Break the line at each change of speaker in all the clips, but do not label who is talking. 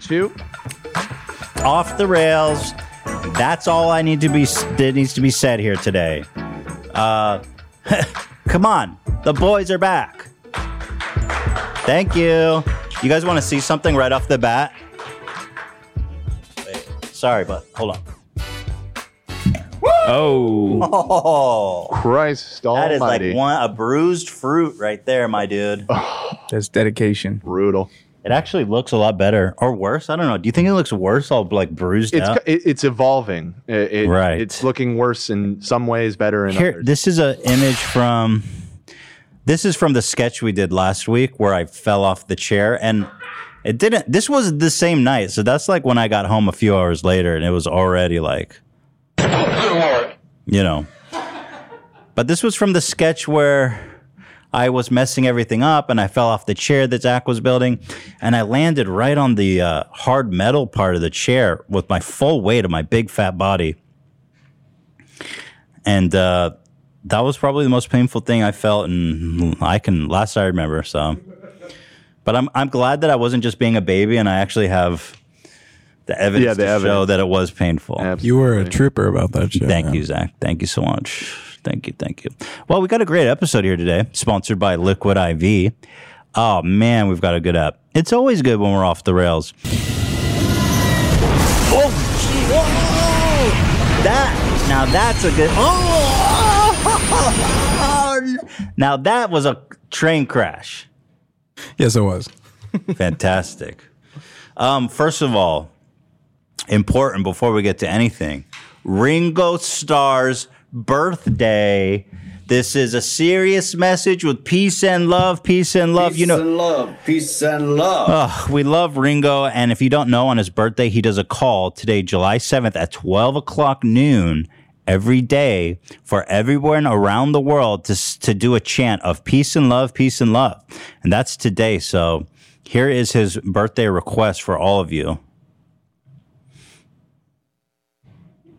two.
off the rails. That's all I need to be that needs to be said here today. Uh, come on, the boys are back. Thank you. You guys want to see something right off the bat? Wait, sorry, but hold on.
Oh,
Oh,
Christ
that is
almighty.
like one a bruised fruit right there, my dude.
that's dedication.
Brutal.
It actually looks a lot better or worse. I don't know. Do you think it looks worse? All like bruised
It's
out.
co- it, it's evolving. It- it-
Right.
It's looking worse in some ways, better in
Here,
others.
this is an image from. This is from the sketch we did last week where I fell off the chair and it didn't. This was the same night, so that's like when I got home a few hours later and it was already like, you know. But this was from the sketch where I was messing everything up and I fell off the chair that Zach was building and I landed right on the uh, hard metal part of the chair with my full weight of my big fat body and uh, that was probably the most painful thing I felt, and I can last I remember. So, but I'm I'm glad that I wasn't just being a baby, and I actually have the evidence
Yeah, the
to show
evidence.
that it was painful.
Absolutely.
You were a trooper about that shit.
Thank
man.
you, Zach. Thank you so much. Thank you. Thank you. Well, we got a great episode here today, sponsored by Liquid IV. Oh, man, we've got a good app. It's always good when we're off the rails. Oh, gee. Whoa! That, now that's a good. Oh! Now that was a train crash.
Yes, it was.
Fantastic. Um, first of all, important before we get to anything, Ringo Starr's birthday. This is a serious message with peace and love, peace and love.
Peace
you know,
and love. Peace and love.
Ugh, we love Ringo. And if you don't know, on his birthday, he does a call today, July 7th at 12 o'clock noon every day for everyone around the world to, s- to do a chant of peace and love, peace and love. And that's today. So here is his birthday request for all of you.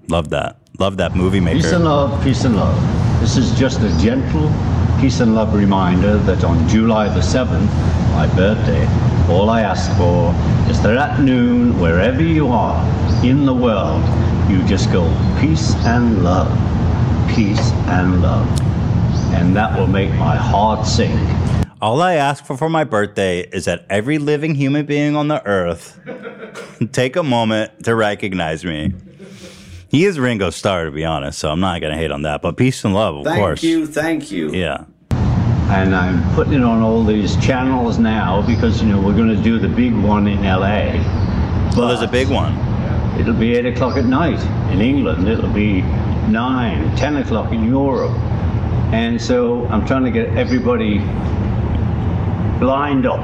Love that. Love that movie maker.
Peace and love, peace and love. This is just a gentle peace and love reminder that on July the 7th, my birthday, all I ask for is that at noon, wherever you are in the world, you just go peace and love, peace and love. And that will make my heart sing.
All I ask for for my birthday is that every living human being on the earth take a moment to recognize me. He is Ringo Starr, to be honest, so I'm not going to hate on that. But peace and love, of
thank
course.
you. Thank you.
Yeah.
and I'm putting it on all these channels now because you know we're going to do the big one in LA.
Well, there's a big one.
It'll be eight o'clock at night in England. It'll be nine, ten o'clock in Europe, and so I'm trying to get everybody lined up.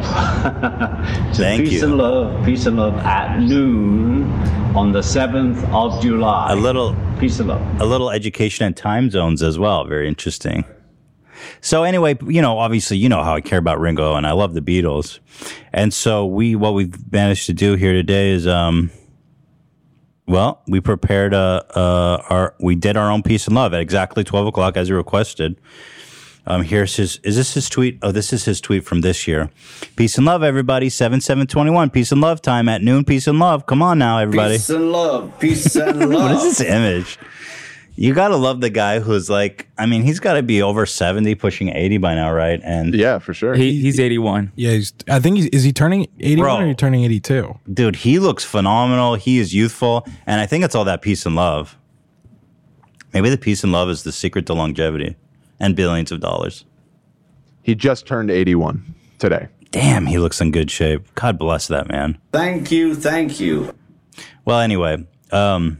to
Thank
peace
you.
and love, peace and love at noon on the seventh of July.
A little,
peace and love.
a little education and time zones as well. Very interesting. So anyway, you know, obviously, you know how I care about Ringo, and I love the Beatles, and so we, what we've managed to do here today is, um, Well, we prepared uh, uh, our we did our own peace and love at exactly twelve o'clock as he requested. Um, here's his. Is this his tweet? Oh, this is his tweet from this year. Peace and love, everybody. Seven seven twenty one. Peace and love time at noon. Peace and love. Come on now, everybody.
Peace and love. Peace and love.
What is this image? You gotta love the guy who's like. I mean, he's got to be over seventy, pushing eighty by now, right? And
Yeah, for sure.
He, he's 81.
Yeah, he's, I think he's, is he turning 81
Bro.
or he turning 82?
dude, he looks phenomenal. He is youthful, and I think it's all that peace and love. Maybe the peace and love is the secret to longevity and billions of dollars.
he just turned 81 today.
Damn, he looks in good shape. God bless that man.
Thank you. Thank you.
Well, anyway, um,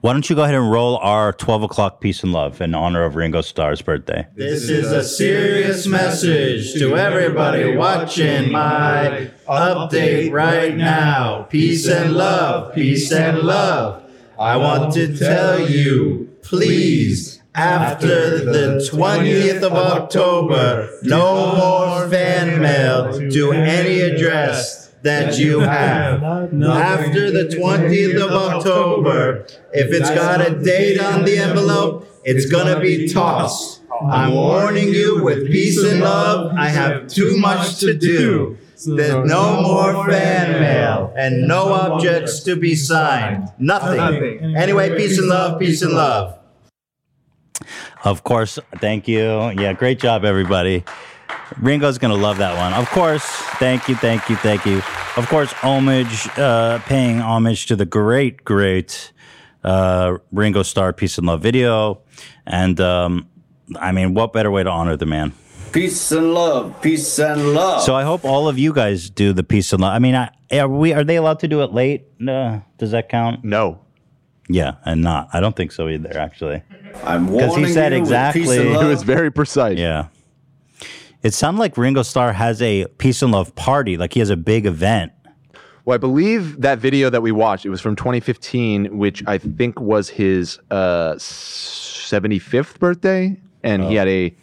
why don't you go ahead and roll our twelve o'clock peace and love in honor of Ringo Starr's birthday?
This is a serious message to everybody watching my update right now. Peace and love, peace and love. I want to tell you, please, after the 20th of October, no more fan mail to any address that you have. After the 20th of October, if it's got a date on the envelope, it's going to be tossed. I'm warning you with peace and love. I have too much to do. There's no more fan mail and no objects to be signed. Nothing. Anyway, peace and love, peace and love.
Of course. Thank you. Yeah, great job, everybody. Ringo's gonna love that one. Of course. Thank you, thank you, thank you. Of course, homage, uh, paying homage to the great, great uh, Ringo Starr Peace and Love video. And um, I mean, what better way to honor the man?
Peace and love. Peace and
Oh.
love.
So I hope all of you guys do the Peace and Love. I mean, I, are we are they allowed to do it late? No. Does that count?
No.
Yeah, and not. I don't think so either, actually.
I'm warning
he said
you with Peace
exactly-
and
It
love.
was very precise.
Yeah. It sounded like Ringo Starr has a peace and love party, like he has a big event.
Well, I believe that video that we watched, it was from 2015, which I think was his uh, 75th birthday, and he had a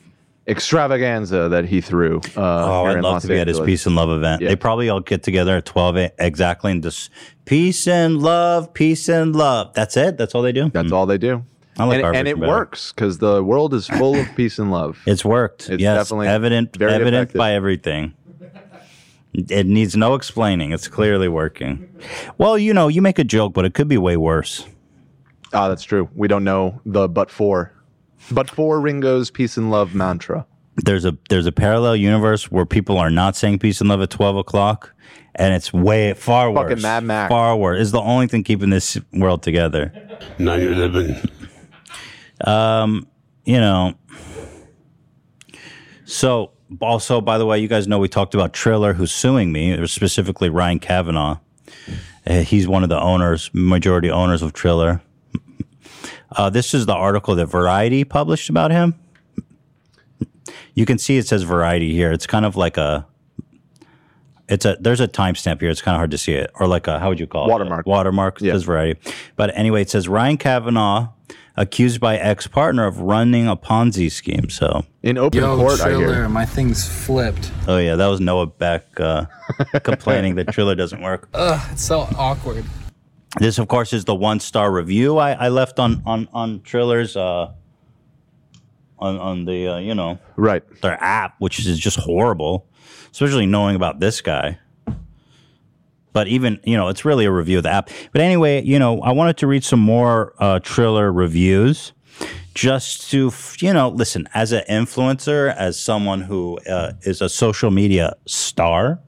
extravaganza that he threw. Uh,
Oh,
here
I'd
in
love
Los
to be at his
Angeles.
peace and love event.
Yeah.
They probably all get together at 12 a- exactly and just peace and love, peace and love. That's it. That's all they do. Hmm.
That's all they do.
I like our
and, and it
version better.
works because the world is full of peace and love.
It's worked.
It's
yes,
definitely
evident,
very
evident
effective.
by everything. It needs no explaining. It's clearly working. Well, you know, you make a joke, but it could be way worse.
Ah, that's true. We don't know the but for. But for Ringo's peace and love mantra.
there's a there's a parallel universe where people are not saying peace and love at twelve o'clock, and it's way far
Fucking
worse.
Mad Max.
Far worse is the only thing keeping this world together. Um,
9 11.
You know. So also, by the way, you guys know we talked about Triller, who's suing me, or specifically Ryan Kavanaugh. Uh, he's one of the owners, majority owners of Triller. Uh, this is the article that Variety published about him. You can see it says Variety here. It's kind of like a, it's a there's a timestamp here. It's kind of hard to see it, or like a how would you call
Watermark.
it? Watermark. Watermark says Variety, but anyway, it says Ryan Kavanaugh accused by ex partner of running a Ponzi scheme. So
In open court, I hear.
my thing's flipped.
oh yeah, that was Noah Beck uh, complaining that Triller doesn't work.
It's so awkward.
This, of course, is the one star review I, I left on on on Triller's uh, on on the uh, you know
Right.
their app, which is just horrible, especially knowing about this guy. But even you know, it's really a review of the app. But anyway, you know, I wanted to read some more uh, Triller reviews just to f- you know listen as an influencer as someone who uh, is a social media star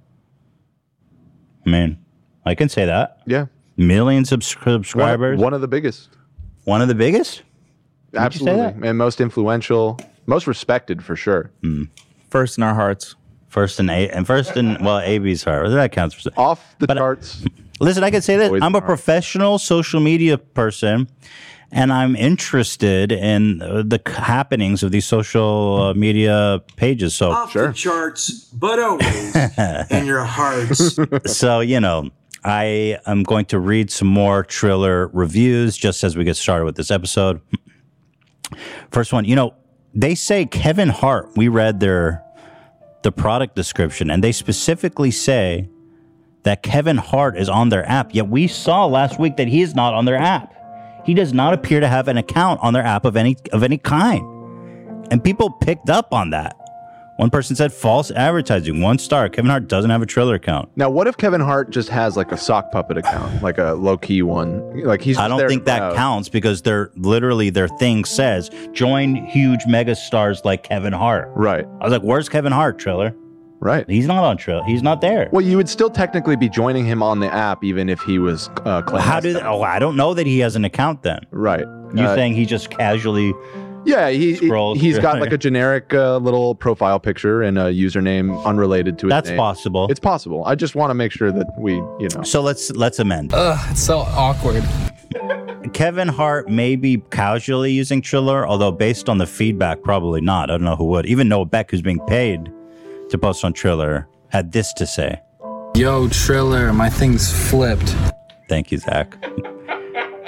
i mean i can say that
Yeah.
million subs-
One,
subscribers. One,
one of the biggest.
of the biggest. you say
Absolutely. And most influential, most respected for sure.
First in our hearts.
Hmm. First in A and first in well, AB's heart. That counts. For,
Off the
But- uh,
charts.
listen, I can say this.
Always
I'm a
hard.
professional social media person, and I'm interested in uh, the c- happenings of these social uh, media pages. So
Oh,
off the charts, but always in your hearts.
so you know i am going to read some more triller reviews just as we get started with this episode first one you know they say kevin hart we read their the product description and they specifically say that kevin hart is on their app yet we saw last week that he is not on their app he does not appear to have an account on their app of any of any kind and people picked up on that one person said false advertising one star kevin hart doesn't have a triller account
Now, what if Kevin Hart just has like a sock puppet account, like a low key one? Like he's.
I
just
don't
there
think
to
that
promote.
counts because they're literally their thing says join huge mega stars like Kevin Hart.
Right.
I was like, where's Kevin Hart, Triller?
Right.
He's not on Triller. He's not there.
Well, you would still technically be joining him on the app, even if he was uh, clandestine.
How do? oh, I don't know that he has an account. Then
Right.
you
Uh,
saying he just casually?
Yeah, he,
scroll
he he's got
through.
like a generic uh, little profile picture and a username unrelated to his
That's
name.
possible.
It's possible. I just want to make sure that we, you know,
so let's let's amend.
It's so awkward.
Kevin Hart may be casually using Triller, although based on the feedback, probably not. I don't know who would. Even Noah Beck, who's being paid to post on Triller, had this to say.
Yo, Triller, my thing's flipped.
Thank you, Zach.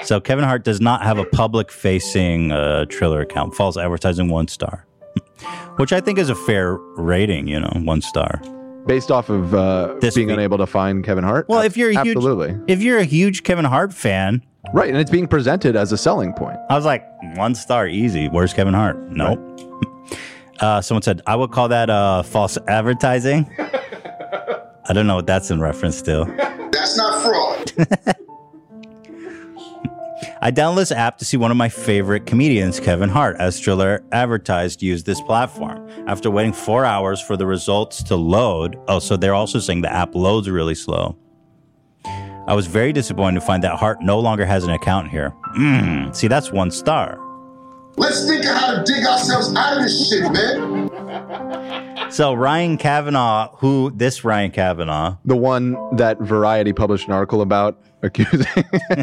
so Kevin Hart does not have a public-facing uh, Triller account. False advertising, one star, which I think is a fair rating. You know, one star.
based off of uh,
This
being
week-
unable to find Kevin Hart.
Well, if you're a huge,
absolutely
if you're a huge Kevin Hart fan,
right, and it's being presented as a selling point.
I was like, one star, easy. Where's Kevin Hart? Nope. Uh, someone said I would call that uh, false advertising. I don't know what that's in reference to.
That's not fraud.
I downloaded this app to see one of my favorite comedians, Kevin Hart, as Triller advertised, use this platform. After waiting four hours for the results to load, oh, so they're also saying the app loads really slow. I was very disappointed to find that Hart no longer has an account here. Mm, see, that's one star.
Let's think of how to dig ourselves out of this shit, man.
So Ryan Kavanaugh, who this Ryan Kavanaugh,
The one that Variety published an article about accusing.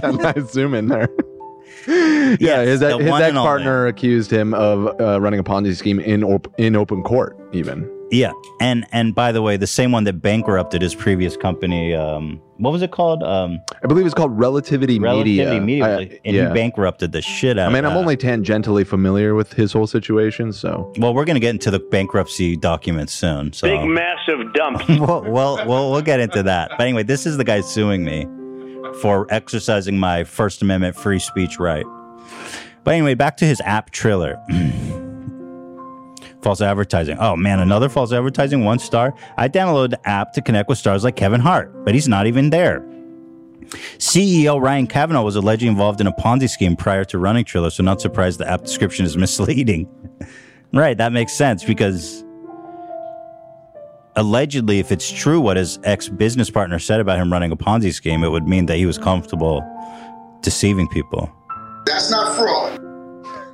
I zoom in there. yeah,
Yes,
his,
the
his
one
ex
and only.
partner accused him of uh, running a Ponzi scheme in op- in open court, even.
yeah, and and by the way, the same one that bankrupted his previous company. Um, what was it called? Um,
I believe it's called Relativity,
Relativity Media,
I-
and
yeah.
he bankrupted the shit out.
I mean,
of
I'm
that.
only tangentially familiar with his whole situation, so
Well, we're gonna get into the bankruptcy documents soon. So
Big massive dump.
we'll, we'll, we'll, we'll get into that. But anyway, this is the guy suing me for exercising my First Amendment free speech right. But anyway, back to his app Triller. false advertising. Oh man, another false advertising, one star. I downloaded the app to connect with stars like Kevin Hart, but he's not even there. CEO Ryan Kavanaugh was allegedly involved in a Ponzi scheme prior to running Triller, so not surprised the app description is misleading. right, that makes sense because allegedly, if it's true what his ex business partner said about him running a Ponzi scheme, it would mean that he was comfortable deceiving people.
That's not fraud.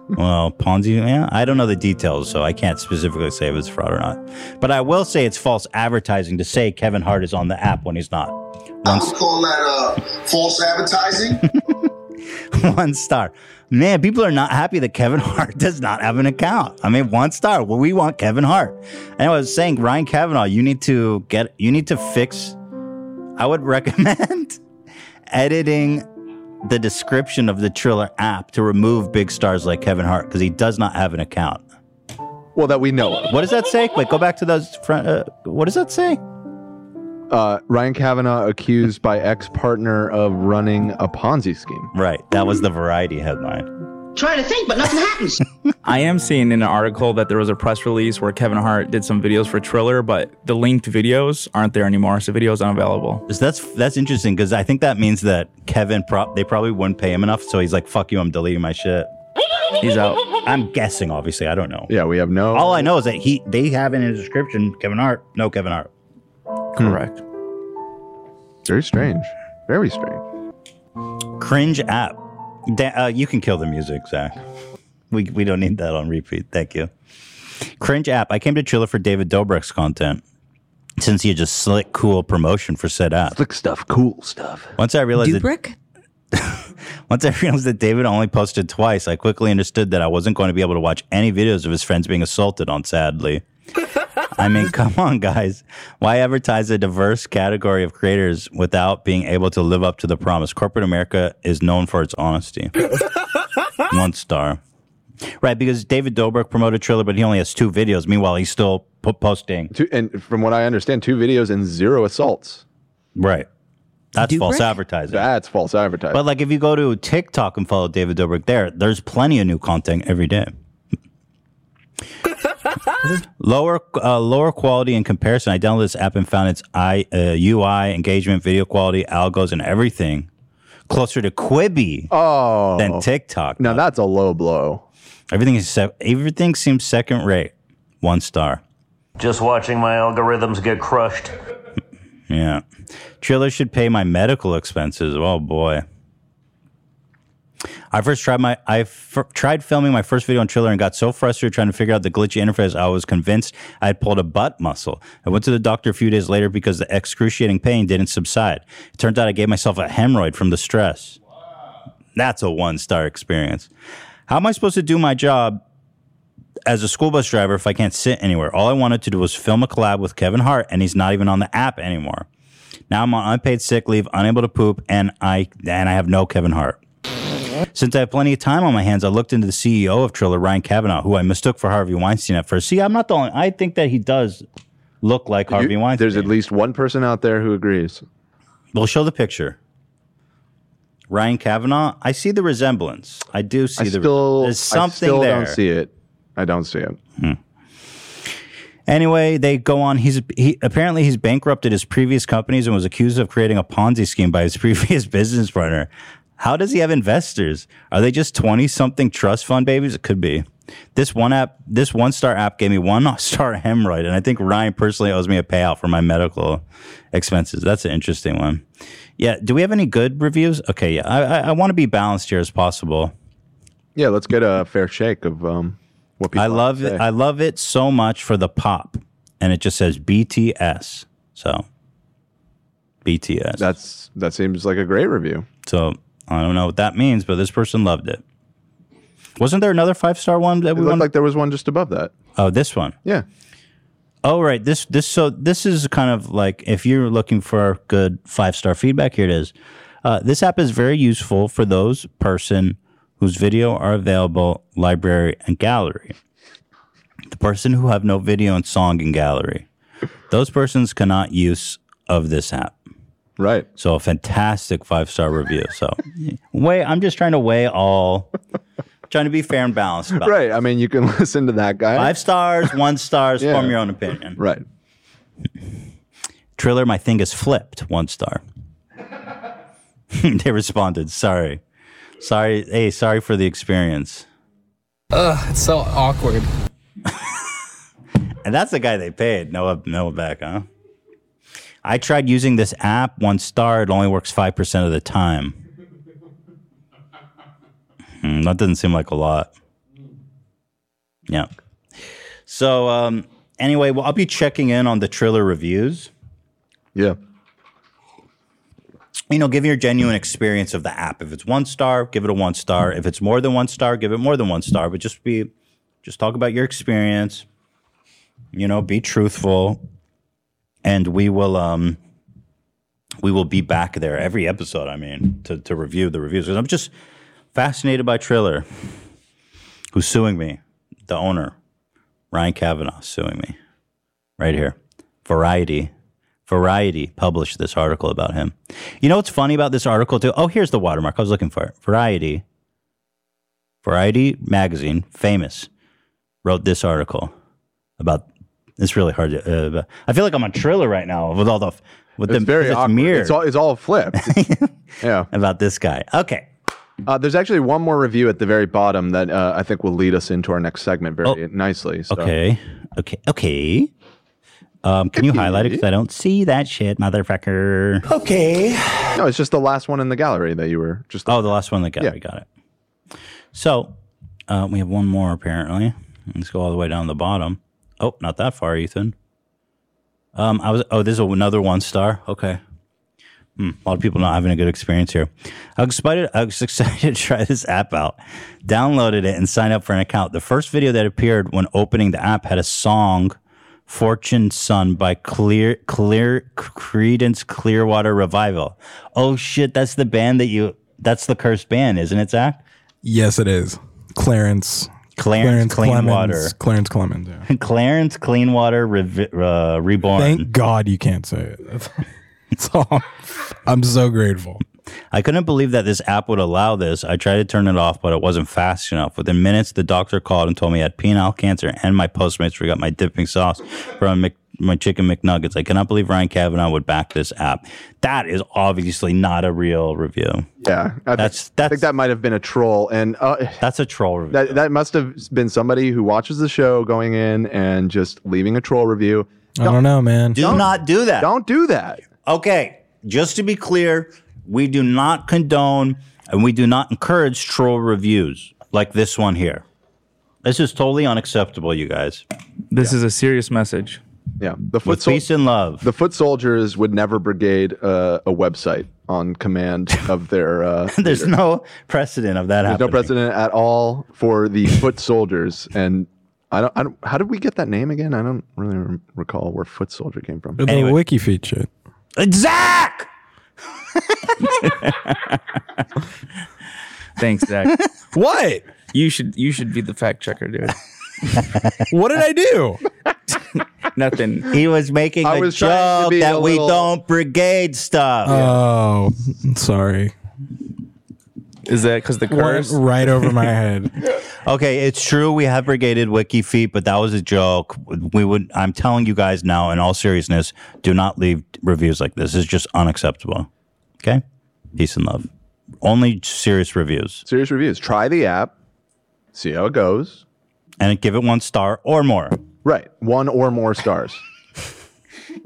Well, Ponzi, yeah, I don't know the details, so I can't specifically say if it's fraud or not. But I will say it's false advertising to say Kevin Hart is on the app when he's not.
I
One,
would call that uh, false advertising.
one star. Man, people are not happy that Kevin Hart does not have an account. I mean, one star. Well, we want Kevin Hart. And I was saying, Ryan Kavanaugh, you need to get, you need to fix. I would recommend editing the description of the Triller app to remove big stars like Kevin Hart because he does not have an account.
well that we know of.
What does that say? Wait, go back to those front. Uh, what does that say?
Uh, Ryan Kavanaugh accused by ex partner of running a Ponzi scheme.
Right, that was the Variety headline.
Trying to think, but nothing happens.
I am seeing in an article that there was a press release where Kevin Hart did some videos for Triller, but the linked videos aren't there anymore, so videos unavailable.
So that's that's interesting because I think that means that Kevin prop they probably wouldn't pay him enough, so he's like, "Fuck you, I'm deleting my shit."
He's out.
I'm guessing, obviously, I don't know.
Yeah, we have no.
All I know is that he they have in his description Kevin Hart, no Kevin Hart.
Correct.
Hmm. Very strange. Very strange.
Cringe app. Da- uh, you can kill the music, Zach. We we don't need that on repeat. Thank you. Cringe app. I came to Triller for David Dobrik's content since he had just slick cool promotion for said app.
Slick stuff, cool stuff.
Once I realized that
Dubrick?
Once I realized that David only posted twice, I quickly understood that I wasn't going to be able to watch any videos of his friends being assaulted on, sadly. I mean, come on, guys. Why advertise a diverse category of creators without being able to live up to the promise? Corporate America is known for its honesty. One star. Right, because David Dobrik promoted Triller, but he only has two videos. Meanwhile, he's still po- posting.
Two, and from what I understand, two videos and zero assaults.
Right. That's false
Dobrik?
advertising.
That's false advertising.
But like if you go to TikTok and follow David Dobrik there, there's plenty of new content every day. lower uh, lower quality in comparison. I downloaded this app and found its I, uh, UI, engagement, video quality, algos, and everything closer to Quibi
oh,
than TikTok.
now that's a low blow.
Everything is se- everything seems second rate. One star.
Just watching my algorithms get crushed.
Yeah. Triller should pay my medical expenses. Oh boy. I first tried my I f- tried filming my first video on Triller and got so frustrated trying to figure out the glitchy interface. I was convinced I had pulled a butt muscle. I went to the doctor a few days later because the excruciating pain didn't subside. It turns out I gave myself a hemorrhoid from the stress. That's a one star experience. How am I supposed to do my job as a school bus driver if I can't sit anywhere. All I wanted to do was film a collab with Kevin Hart, and he's not even on the app anymore. Now I'm on unpaid sick leave, unable to poop, and I and I have no Kevin Hart. Since I have plenty of time on my hands, I looked into the CEO of Triller, Ryan Kavanaugh, who I mistook for Harvey Weinstein at first. See, I'm not the only. I think that he does look like Harvey
You-
Weinstein.
there's at least one person out there who agrees.
We'll show the picture. Ryan Kavanaugh. I see the resemblance. I do see
I
the.
still,
there's something
I still
there.
don't see it. I don't see it.
Anyway, they go on. He's he, apparently he's bankrupted his previous companies and was accused of creating a Ponzi scheme by his previous business partner. How does he have investors? Are they just twenty something trust fund babies? It could be. This one app, this one star app gave me one star hemorrhoid, and I think Ryan personally owes me a payout for my medical expenses. That's an interesting one. Yeah. Do we have any good reviews? Okay. Yeah. I I, I want to be balanced here as possible.
Yeah, let's get a fair shake of um, what people.
I love it. I love it so much for the pop, and it just says BTS. So BTS.
That's that seems like a great review.
So I don't know what that means, but this person loved it. Wasn't there another five star one that
It
we
looked
won?
like there was one just above that.
oh, this one.
Yeah.
Oh, right. This this so this is kind of like if you're looking for good five star feedback, here it is. Uh, this app is very useful for those person whose video are available library and gallery. The person who have no video and song in gallery. Those persons cannot use of this app.
Right.
So a fantastic five star review. So weigh I'm just trying to weigh all trying to be fair and balanced about it.
Right. I mean, you can listen to that guy.
Five stars, one stars,
Yeah.
form your own opinion.
Right.
Triller, my thing is flipped, one star. they responded, sorry. Sorry, hey, sorry for the experience.
Ugh, it's so awkward.
And that's the guy they paid, Noah, Noah Beck, huh? I tried using this app, one star, it only works 5% of the time. Hmm, that doesn't seem like a lot. Yeah. So, um, anyway, well, I'll be checking in on the Triller reviews.
Yeah.
you know, give your genuine experience of the app. If it's one star, give it a one star. If it's more than one star, give it more than one star. But just be, just talk about your experience. You know, be truthful, and we will, um, we will be back there every episode. I mean, to to review the reviews 'Cause I'm just fascinated by Triller, who's suing me, the owner, Ryan Kavanaugh, suing me, right here. Variety Variety published this article about him. You know what's funny about this article too? Oh, here's the watermark. I was looking for it. Variety. Variety magazine, famous, wrote this article about. It's really hard to. Uh, I feel like I'm on Triller right now with all the with
It's
the
very
because it's
awkward.
mirrored
It's all it's all flipped. yeah.
about this guy. Okay.
Uh, there's actually one more review at the very bottom that uh, I think will lead us into our next segment very nicely. So.
Oh, Okay. Okay. Okay. Um, can you highlight it? Because I don't see that shit, motherfucker.
Okay. No, it's just the last one in the gallery that you were just.
Oh, the last one in the gallery. Got it. So uh, we have one more apparently. Let's go all the way down to the bottom. Oh, not that far, Ethan. Um, I was. Oh, this is another one star. Okay. Hmm, a lot of people not having a good experience here. I was excited. I was excited to try this app out. Downloaded it and signed up for an account. The first video that appeared when opening the app had a song, "Fortune Sun" by Clear Clear Credence Clearwater Revival. Oh shit, that's the band that you. That's the cursed band, isn't it, Zach?
Yes, it is. Clarence.
Clarence Cleanwater.
Clemens. Clarence Clemens. Yeah.
Clarence Cleanwater Revi- uh, Reborn.
Thank God you can't say it. That's, that's all. Um, I'm so grateful.
I couldn't believe that this app would allow this. I tried to turn it off, but it wasn't fast enough. Within minutes, the doctor called and told me I had penile cancer, and my Postmates forgot my dipping sauce from Mc, my chicken McNuggets. I cannot believe Ryan Kavanaugh would back this app. That is obviously not a real review.
Yeah, I
that's
I think that might have been a troll, and uh,
that's a troll review.
That that must have been somebody who watches the show going in and just leaving a troll review.
I don't know, man.
Do not do that.
Don't do that.
Okay, just to be clear, we do not condone and we do not encourage troll reviews like this one here. This is totally unacceptable, you guys.
This is a serious message.
Yeah, the
With
sol-
peace and love.
The foot soldiers would never brigade uh, a website on command of their. Uh,
There's
leader.
no precedent of
There's
that
no
happening.
precedent at all for the foot soldiers, and I don't, I don't. How did we get that name again? I don't really rem- recall where foot soldier came from.
The wiki feature.
Zach!
Thanks, Zach.
what?
You should you should be the fact checker, dude.
what did I do?
Nothing.
He was making
I
a
was trying to
joke
be
that
a
we
little-
don't brigade stuff.
Oh, sorry.
Is that because the curse?
right over my head.
Okay, it's true we abrogated Wiki Feet, but that was a joke. We would. I'm telling you guys now, in all seriousness, do not leave reviews like this. It's just unacceptable. Okay, peace and love. Only serious reviews.
Serious reviews. Try the app. See how it goes.
And give it one star or more.
Right. One or more stars.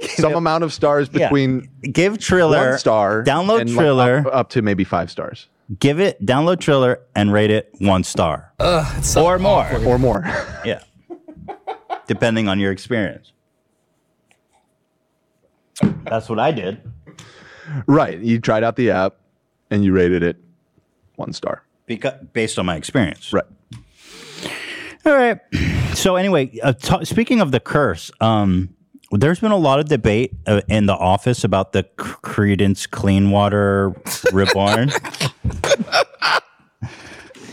Some amount of stars
Yeah.
between
give Triller
one star,
download
and like
Triller
up, up to maybe five stars
Give it. Download Triller and rate it one star or more
or more.
yeah, depending on your experience. That's what I did.
right. You tried out the app and you rated it one star.
because based on my experience.
Right.
All right. So anyway, uh, t- speaking of the curse, um, there's been a lot of debate uh, in the office about the C- Credence Cleanwater Reborn.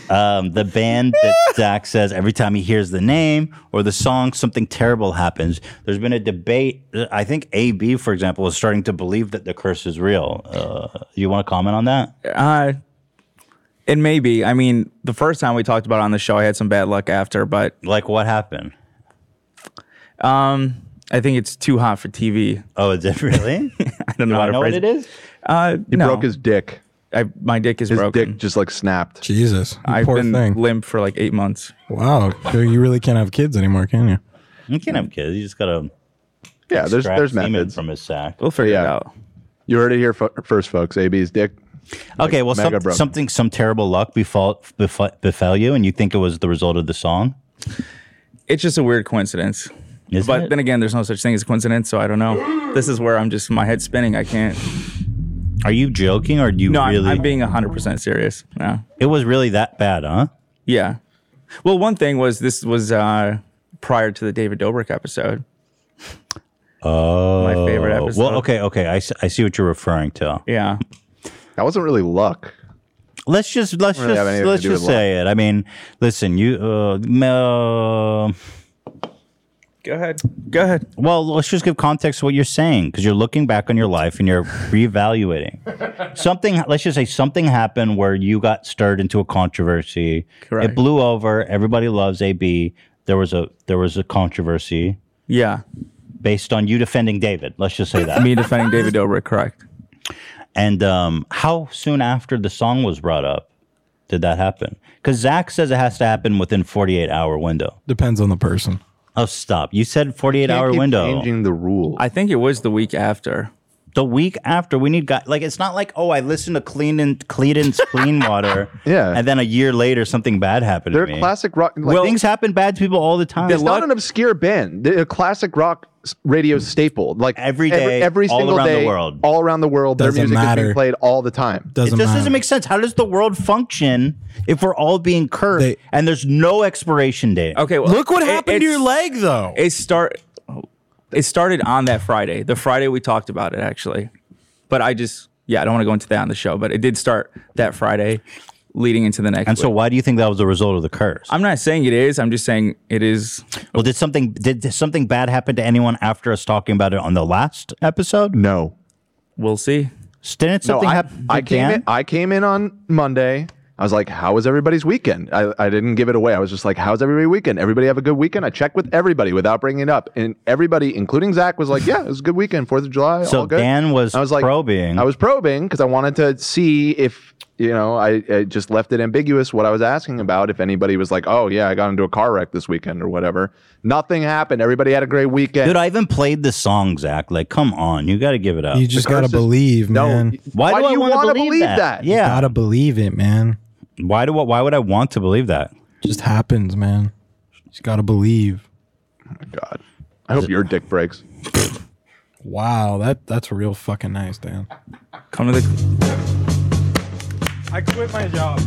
Um, the band that Zach says every time he hears the name or the song, something terrible happens. There's been a debate. uh, I think AB, for example, is starting to believe that the curse is real. Uh, you want to comment on that?
Uh, it may be. I mean, the first time we talked about it on the show, I had some bad luck after, but
like what happened?
Um, I think it's too hot for TV.
Oh, is it really?
I don't know how to
know what
phrase
it is?
Uh,
He broke his dick.
I, my dick is
his
broken.
dick just like snapped.
Jesus. You
I've
poor
been
thing.
limp for like eight months.
Wow. So you really can't have kids anymore, can you?
You can't have kids. You just gotta.
Yeah, there's
extract
there's
semen
methods.
from his sack.
We'll figure
it
out.
You heard it here fo- first, folks. AB's dick.
Okay, well,
mega
some,
broken.
something, some terrible luck befall, befell, befell you, and you think it was the result of the song.
It's just a weird coincidence.
Isn't
but
it?
then again, there's no such thing as a coincidence, so I don't know. This is where I'm just my head spinning. I can't.
Are you joking, or do you
no, I'm-
really?
I'm, being 100% serious. Yeah.
It was really that bad, huh?
Yeah. Well, one thing was this was uh, prior to the David Dobrik episode.
Oh,
My favorite episode.
Well, okay, okay, I, s- I see what you're referring to.
Yeah.
That wasn't really luck.
Let's just let's
Really have
just
anything to
let's
do
just
with luck.
say it. I mean, listen, you. Uh, no.
Go ahead. Go ahead.
Well, let's just give context to what you're saying because you're looking back on your life and you're reevaluating. something, let's just say something happened where you got stirred into a controversy.
Correct.
It blew over. Everybody loves AB. There was a there was a controversy
Yeah.
based on you defending David. Let's just say that.
Me defending David Dobrik, correct.
And um, how soon after the song was brought up did that happen? Because Zach says it has to happen within 48 hour window.
Depends on the person.
Oh, stop! You said 48
Can't
hour
keep
window.
Changing the rule.
I think it was the week after.
the week after we need guys like it's not like oh i listened to clean and clean and clean water
Yeah.
and then a year later something bad happened
They're
to
a
me.
classic rock. Like,
well, things happen bad to people all the time
it's not an obscure band. They're a classic rock s- radio staple. Like
Mm. Every day,
every,
all
single
around the
day,
world.
all around the world,
Doesn't
their music is
matter.
being played all the time.
it just
Doesn't matter.
doesn't make sense how does the world function if we're all being cursed
They-
and there's no expiration date
Okay. Well,
Look what
it-
happened to
it's-
your leg, though.
It start. It started on that Friday, the Friday we talked about it actually, but I just yeah I don't want to go into that on the show, but it did start that Friday, leading into the next.
and so
week.
why do you think that was the result of the curse
I'm not saying it is. I'm just saying it is.
well did something did, did something bad happen to anyone after us talking about it on the last episode
No,
We'll see.
didn't something
no. I,
happen
I came in. I came in on Monday. I was like, "How was everybody's weekend?" I, I didn't give it away. I was just like, "How's everybody's weekend? Everybody have a good weekend?" I checked with everybody without bringing it up, and everybody, including Zach, was like, "Yeah, it was a good weekend. Fourth of July,
So
all good."
Dan was probing.
I was probing because I wanted to see if you know. I, I just left it ambiguous what I was asking about. If anybody was like, "Oh yeah, I got into a car wreck this weekend" or whatever. Nothing happened. Everybody had a great weekend.
dude i even played the song zach like come on you gotta give it up
You just
curse
gotta
is-
believe,
no,
man.
y-
why, do, I
you
wanna
wanna
believe, that?
You
yeah
gotta believe it, man.
Why do why would I want to believe that?
Just happens, man. Just gotta believe.
God, I hope your dick breaks.
Wow, that that's real fucking nice, Dan.
Come to the.
I quit my job.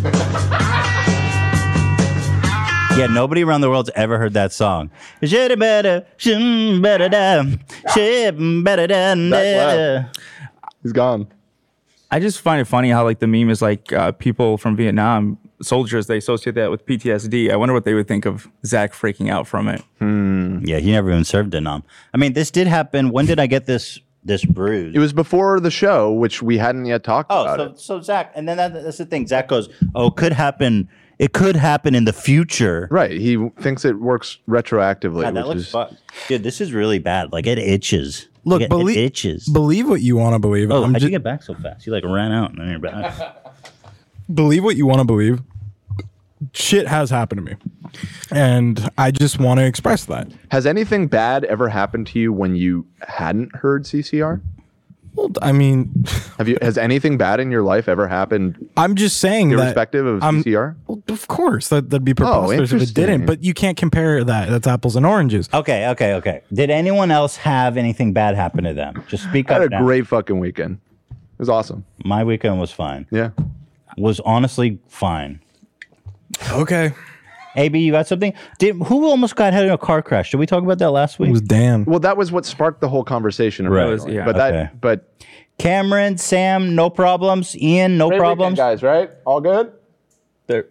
Yeah, nobody around the world's ever heard that song. Shit better, shit better than, shit better than
That's
that.
He's gone.
I just find it funny how like the meme is like uh, people from Vietnam soldiers they associate that with PTSD. I wonder what they would think of Zach freaking out from it.
Yeah, he never even served in Nam. I mean, this did happen. When did I get this this bruise.
It was before the show, which we hadn't yet talked
Oh,
about.
so, so Zach, and then that, that's the thing. Zach goes, "Oh, it could happen. It could happen in the future."
Right. He thinks it works retroactively.
God, that
which
looks
is,
fun. dude. This is really bad. Like it itches.
Look,
Like, it,
belie-
it itches.
Believe what you want to believe.
Oh,
I'm
how'd
ju-
you get back so fast? You like ran out and then you're back.
believe what you want to believe. Shit has happened to me, and I just want to express that.
Has anything bad ever happened to you when you hadn't heard CCR?
Well, I mean,
have you? Has anything bad in your life ever happened?
I'm just saying that
irrespective of
I'm-
CCR.
Well, of course, that, that'd be preposterous if it didn't.
Oh, interesting.
But you can't compare that. That's apples and oranges.
Okay, okay, okay. Did anyone else have anything bad happen to them? Just speak
I
up.
had a
now.
great fucking weekend. It was awesome.
My weekend was fine.
Yeah,
was honestly fine.
Okay.
AB, you got something? Did who almost got hit in a car crash? Did we talk about that last week? It
was Dan.
Well, that was what sparked the whole conversation.
Right.
originally.
Yeah.
But
Okay.
that. But
Cameron, Sam, no problems. Ian, no
Great weekend,
problems.
guys, right? All good.
They're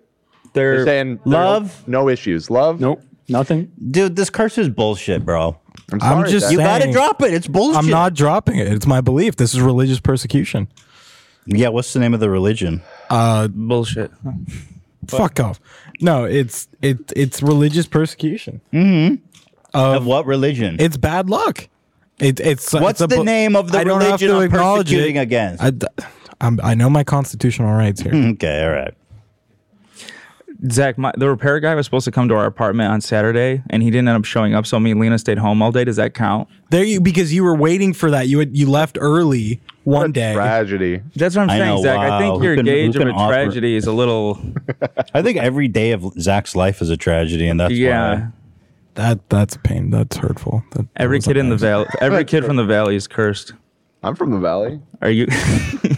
they're,
They're saying they're
love.
No, issues. Love.
Nope.
Nothing.
Dude, this curse is bullshit, bro.
I'm,
I'm just
you gotta
saying-
drop it. It's bullshit.
I'm not dropping it. It's my belief. This is religious persecution.
Yeah, what's the name of the religion?
Uh,
bullshit.
Fuck off. No, it's it it's religious persecution.
Mm-hmm.
Of,
what religion?
It's bad luck. It, it's
What's
it's a
the
bu-
name of the
I don't have
religion
to
I'm
acknowledge it.
persecuting against?
I, d- I'm- I know my constitutional rights here.
Mm-hmm. okay, all right.
Zach, my, the repair guy was supposed to come to our apartment on Saturday, and he didn't end up showing up. So me and Lena stayed home all day. Does that count?
There you because you were waiting for that. You had, you left early one day.
Tragedy.
That's what I'm
I
saying,
know,
Zach. I
wow.
think your
Who can- who
gauge of
can
a
offer-
tragedy is a little.
I think every day of Zach's life is a tragedy, and that's
Yeah.
why.
That that's pain. That's hurtful. That,
Every kid in the valley, every kid from the valley is cursed.
I'm from the valley.
Are you?
I'm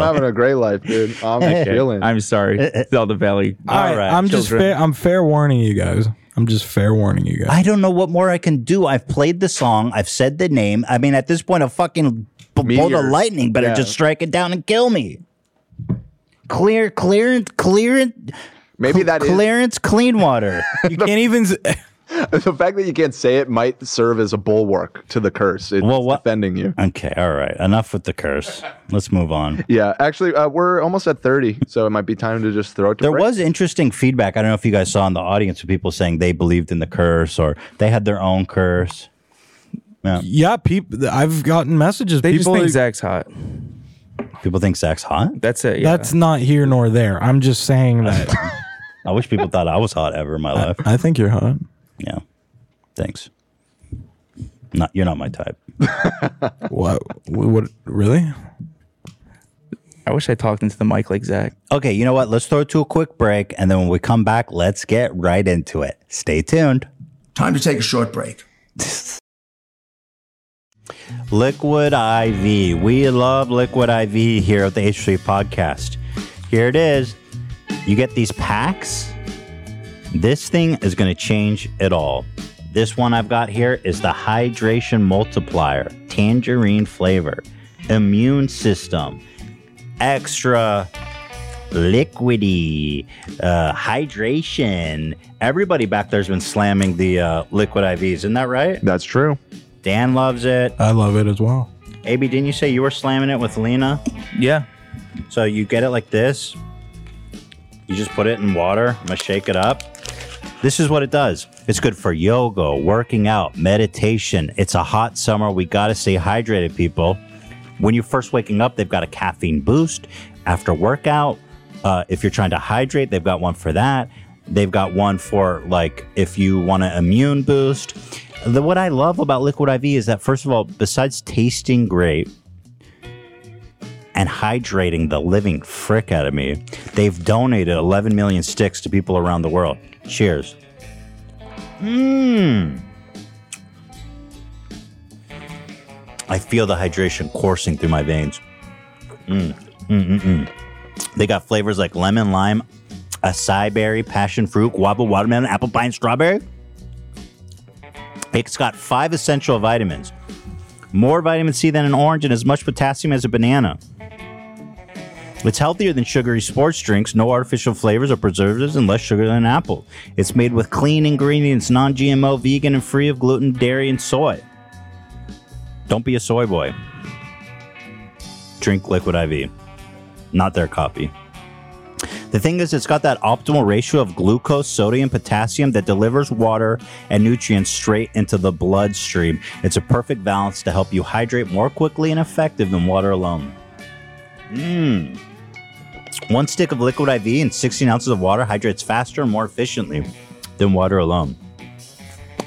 having a great life, dude. I'm chilling.
I'm sorry, it's all the valley.
All right, I'm just fair, I'm fair warning you guys. I'm just fair warning you guys.
I don't know what more I can do. I've played the song. I've said the name. I mean, at this point, a fucking b- bolt of
Meteor.
lightning better
Yeah.
just strike it down and kill me. Clear, clear, clear.
Maybe that is-
clearance clean water.
you can't even.
the fact that you can't say it might serve as a bulwark to the curse. It's defending you.
Okay, all right. Enough with the curse. Let's move on.
Yeah, actually, uh, we're almost at 30, so it might be time to just throw it to
There
break.
was interesting feedback. I don't know if you guys saw in the audience of people saying they believed in the curse or they had their own curse. Yeah.
Yeah, people. I've gotten messages.
They just
people
think
are-
Zach-
Zach's hot.
People think Zach's hot.
That's it.
That's not here nor there. I'm just saying that.
I wish people thought I was hot ever in my life.
I think you're hot.
Yeah. Thanks. Not you're not my type.
what? What? Really?
I wish I talked into the mic like Zach.
Okay, you know what? Let's throw it to a quick break and then when we come back, let's get right into it. Stay tuned.
Time to take a short break.
Liquid IV. We love Liquid IV here at the H3 podcast. Here it is. You get these packs. This thing is going to change it all. This one I've got here is the Hydration Multiplier, tangerine flavor, immune system, extra liquidy, uh, hydration. Everybody back there's been slamming the uh, liquid IVs, isn't that right?
That's true.
Dan loves it.
I love it as well.
AB, didn't you say you were slamming it with Lena?
Yeah.
So you get it like this. You just put it in water. I'm gonna shake it up. This is what it does. It's good for yoga, working out, meditation. It's a hot summer. We gotta stay hydrated, people. When you're first waking up, they've got a caffeine boost. After workout, uh, if you're trying to hydrate, they've got one for that. They've got one for like if you want an immune boost. The, what I love about Liquid IV is that first of all, besides tasting great, and hydrating the living frick out of me. They've donated 11 million sticks to people around the world. Cheers. Mmm. I feel the hydration coursing through my veins. Mm. Mm-mm-mm. They got flavors like lemon, lime, acai berry, passion fruit, guava, watermelon, apple pie, and strawberry. It's got five essential vitamins more vitamin C than an orange, and as much potassium as a banana. It's healthier than sugary sports drinks, no artificial flavors or preservatives, and less sugar than an apple. It's made with clean ingredients, non GMO, vegan, and free of gluten, dairy, and soy. Don't be a soy boy. Drink liquid IV, not their copy. The thing is, it's got that optimal ratio of glucose, sodium, potassium that delivers water and nutrients straight into the bloodstream. It's a perfect balance to help you hydrate more quickly and effective than water alone. Mmm. One stick of liquid IV and 16 ounces of water hydrates faster and more efficiently than water alone.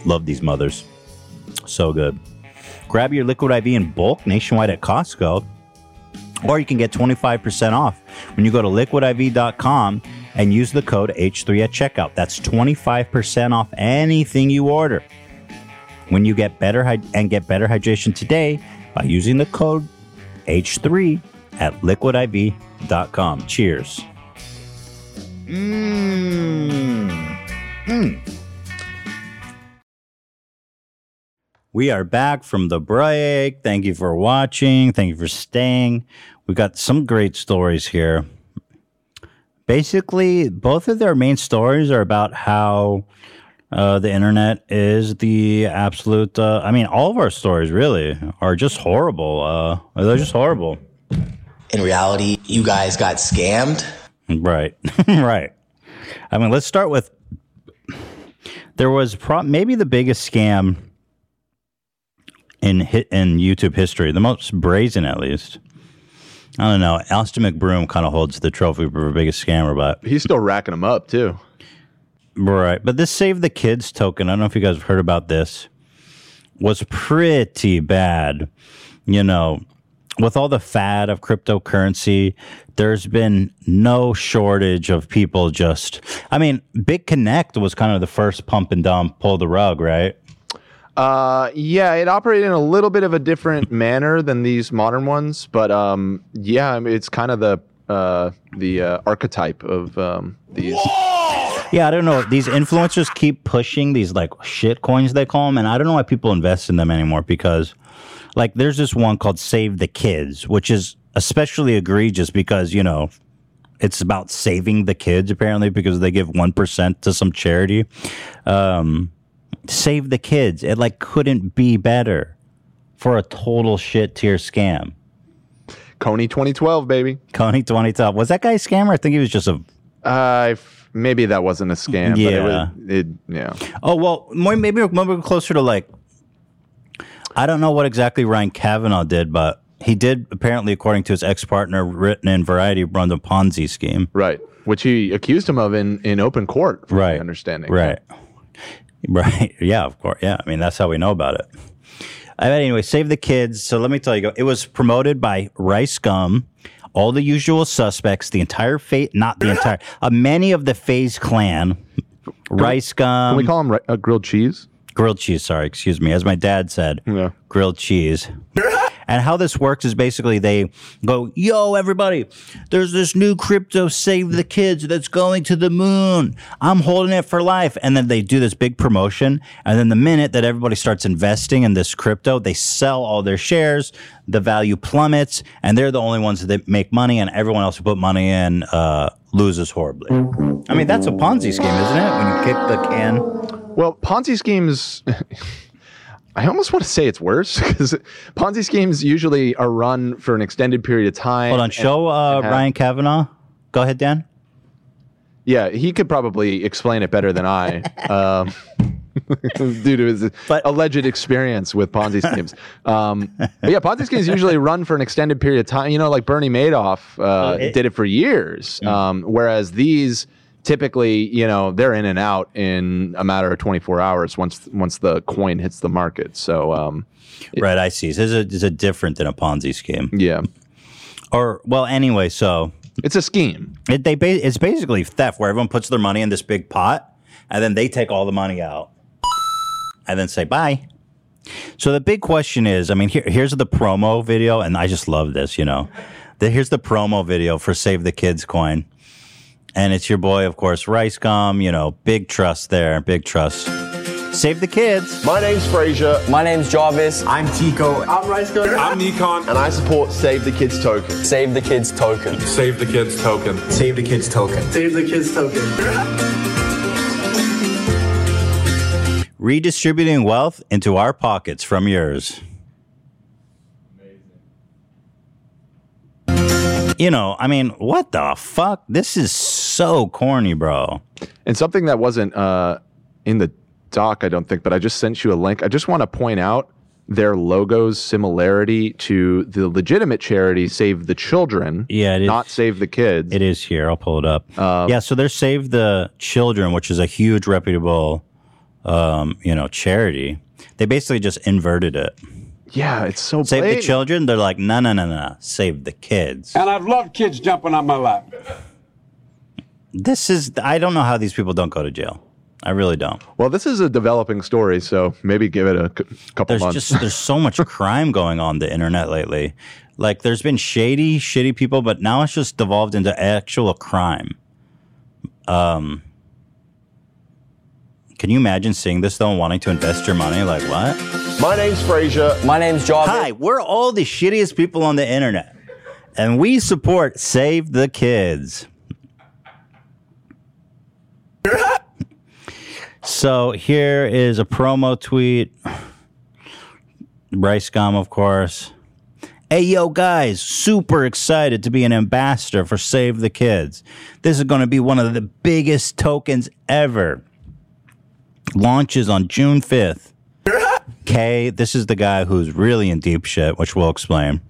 Love these mothers. So good. Grab your liquid IV in bulk nationwide at Costco, or you can get 25% off when you go to liquidiv.com and use the code H3 at checkout. That's 25% off anything you order. When you get better hy- and get better hydration today by using the code H3 at liquidiv.com. Cheers. Mmm. Mmm. We are back from the break. Thank you for watching. Thank you for staying. We got some great stories here. Basically, both of their main stories are about how uh, the internet is the absolute. Uh, I mean, all of our stories really are just horrible. Uh, they're just horrible.
In reality, you guys got scammed.
Right, right. I mean, let's start with there was pro- maybe the biggest scam in hit in YouTube history, the most brazen at least. I don't know. Austin McBroom kind of holds the trophy for biggest scammer, but
he's still racking them up too.
Right, but this Save the Kids token. I don't know if you guys have heard about this. Was pretty bad, you know. With all the fad of cryptocurrency, there's been no shortage of people just. I mean, BitConnect was kind of the first pump and dump, pull the rug, right?
Uh, yeah, it operated in a little bit of a different manner than these modern ones, but um, yeah, I mean, it's kind of the uh, the uh, archetype of um, these.
Yeah, I don't know. These influencers keep pushing these like shit coins they call them, and I don't know why people invest in them anymore because, like, there's this one called Save the Kids, which is especially egregious because you know it's about saving the kids apparently because they give one percent to some charity. Um, save the kids. It like couldn't be better for a total shit tier scam.
Coney 2012, baby.
Coney 2012. Was that guy a scammer? I think he was just a.
Uh, f- maybe that wasn't a scam.
Yeah.
But it was, it, yeah.
Oh well, more- maybe maybe we're closer to like. I don't know what exactly Ryan Kavanaugh did, but he did apparently, according to his ex partner, written in Variety, run the Ponzi scheme.
Right. Which he accused him of in, in open court, from right. my understanding.
Right. Right. Yeah, of course. Yeah. I mean, that's how we know about it. I mean, anyway, save the kids. So let me tell you, it was promoted by Rice Gum, all the usual suspects, the entire fate, not the entire, uh, many of the Phase clan, Rice Gum.
Can we call them ri- uh, grilled cheese?
Grilled cheese, sorry, excuse me. As my dad said,
yeah.
grilled cheese. And how this works is basically they go, yo, everybody, there's this new crypto save the kids that's going to the moon. I'm holding it for life. And then they do this big promotion. And then the minute that everybody starts investing in this crypto, they sell all their shares. The value plummets. And they're the only ones that make money. And everyone else who put money in uh, loses horribly. I mean, that's a Ponzi scheme, isn't it? When you kick the can.
Well, Ponzi schemes. I almost want to say it's worse because Ponzi schemes usually are run for an extended period of time.
Hold on, show uh, Ryan Kavanaugh. Go ahead, Dan.
Yeah, he could probably explain it better than I, um, due to his alleged experience with Ponzi schemes. Um, but yeah, Ponzi schemes usually run for an extended period of time. You know, like Bernie Madoff uh,
it-
did it for years, um, whereas these typically, you know, they're in and out in a matter of 24 hours once once the coin hits the market. So, um,
Right, I see. So this is, a, this is a different than a Ponzi scheme.
Yeah.
Or well, anyway, so
it's a scheme.
It, they ba- it's basically theft where everyone puts their money in this big pot, and then they take all the money out, and then say bye. So the big question is, I mean, here, here's the promo video, and I just love this. You know, the, here's the promo video for Save the Kids coin, and it's your boy, of course, Rice Gum. You know, big trust there, big trust. Save the kids.
My name's Frazier. My name's Jarvis. I'm Tico. I'm Rice I'm Nikon. And I support Save the Kids Token. Save the Kids Token. Save the Kids Token. Save the Kids Token.
Save the kids token.
Redistributing wealth into our pockets from yours. you know, I mean, what the fuck? This is so corny, bro.
And something that wasn't uh, in the doc, I don't think, but I just sent you a link. I just want to point out their logo's similarity to the legitimate charity Save the Children.
Yeah, it is.
Not Save the Kids. Uh,
It is here. I'll pull it up. yeah, so they're Save the Children, which is a huge reputable, um, you know, charity. They basically just inverted it.
Yeah, it's so
Save the
blatant.
children. They're like, no, no, no, no, save the kids.
And I've loved kids jumping on my lap.
This is. I don't know how these people don't go to jail. I really don't.
Well, this is a developing story, so maybe give it a c- couple
There's
months.
just there's so much crime going on the internet lately. Like there's been shady, shitty people, but now it's just devolved into actual crime. Um, can you imagine seeing this though and wanting to invest your money? Like what?
My name's Frazier.
My name's John. Hi, we're all the shittiest people on the internet, and we support Save the Kids. So here is a promo tweet. Bryce Gum, of course. Hey, yo, guys, super excited to be an ambassador for Save the Kids. This is going to be one of the biggest tokens ever. Launches on June 5th. Okay, this is the guy who's really in deep shit, which we'll explain.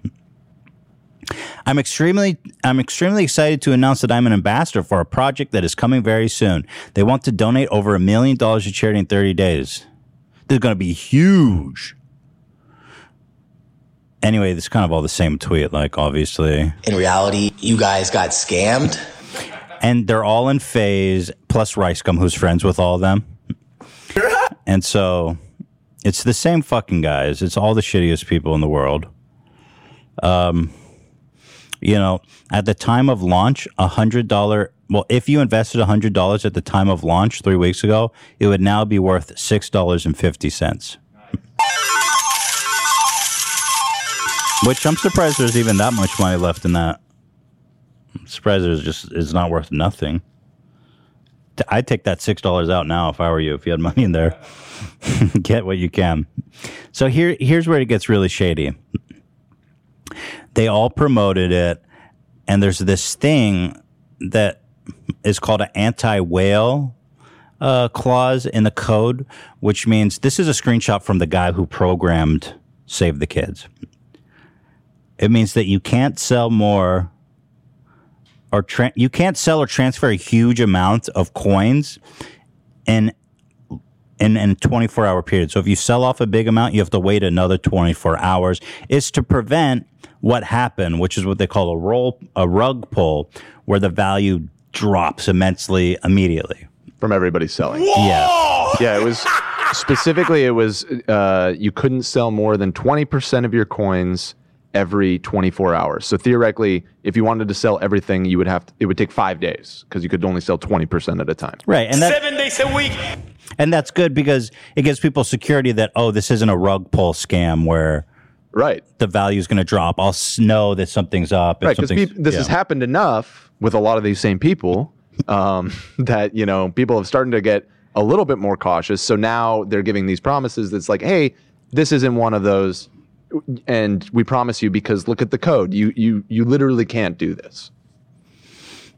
I'm extremely I'm extremely excited to announce that I'm an ambassador for a project that is coming very soon. They want to donate over a million dollars to charity in 30 days. This is going to be huge. Anyway, this is kind of all the same tweet like obviously.
In reality, you guys got scammed.
And they're all in phase plus Ricegum who's friends with all of them. And so it's the same fucking guys. It's all the shittiest people in the world. Um you know, at the time of launch, a hundred dollar. Well, if you invested a hundred dollars at the time of launch three weeks ago, it would now be worth six dollars and fifty cents. Which I'm surprised there's even that much money left in that. I'm surprised there's just it's not worth nothing. T- I'd take that six dollars out now if I were you. If you had money in there, get what you can. So here, here's where it gets really shady they all promoted it and there's this thing that is called an anti-whale uh, clause in the code which means this is a screenshot from the guy who programmed save the kids it means that you can't sell more or tra- you can't sell or transfer a huge amount of coins in in, in a 24 hour period. So if you sell off a big amount, you have to wait another 24 hours. It's to prevent what happened, which is what they call a roll, a rug pull, where the value drops immensely immediately
from everybody selling.
Yeah.
Yeah, it was specifically it was uh, you couldn't sell more than 20% of your coins every 24 hours. So theoretically, if you wanted to sell everything, you would have to, it would take 5 days cuz you could only sell 20% at a time.
Right. And that,
Seven days a week.
and that's good because it gives people security that, oh, this isn't a rug pull scam where
right
the value is going to drop. I'll s- know that something's up. if
Right, because
something's-
this has
yeah.
happened enough with a lot of these same people um, that you know people have starting to get a little bit more cautious. So now they're giving these promises that's like, hey, this isn't one of those, and we promise you because look at the code. You you you literally can't do this.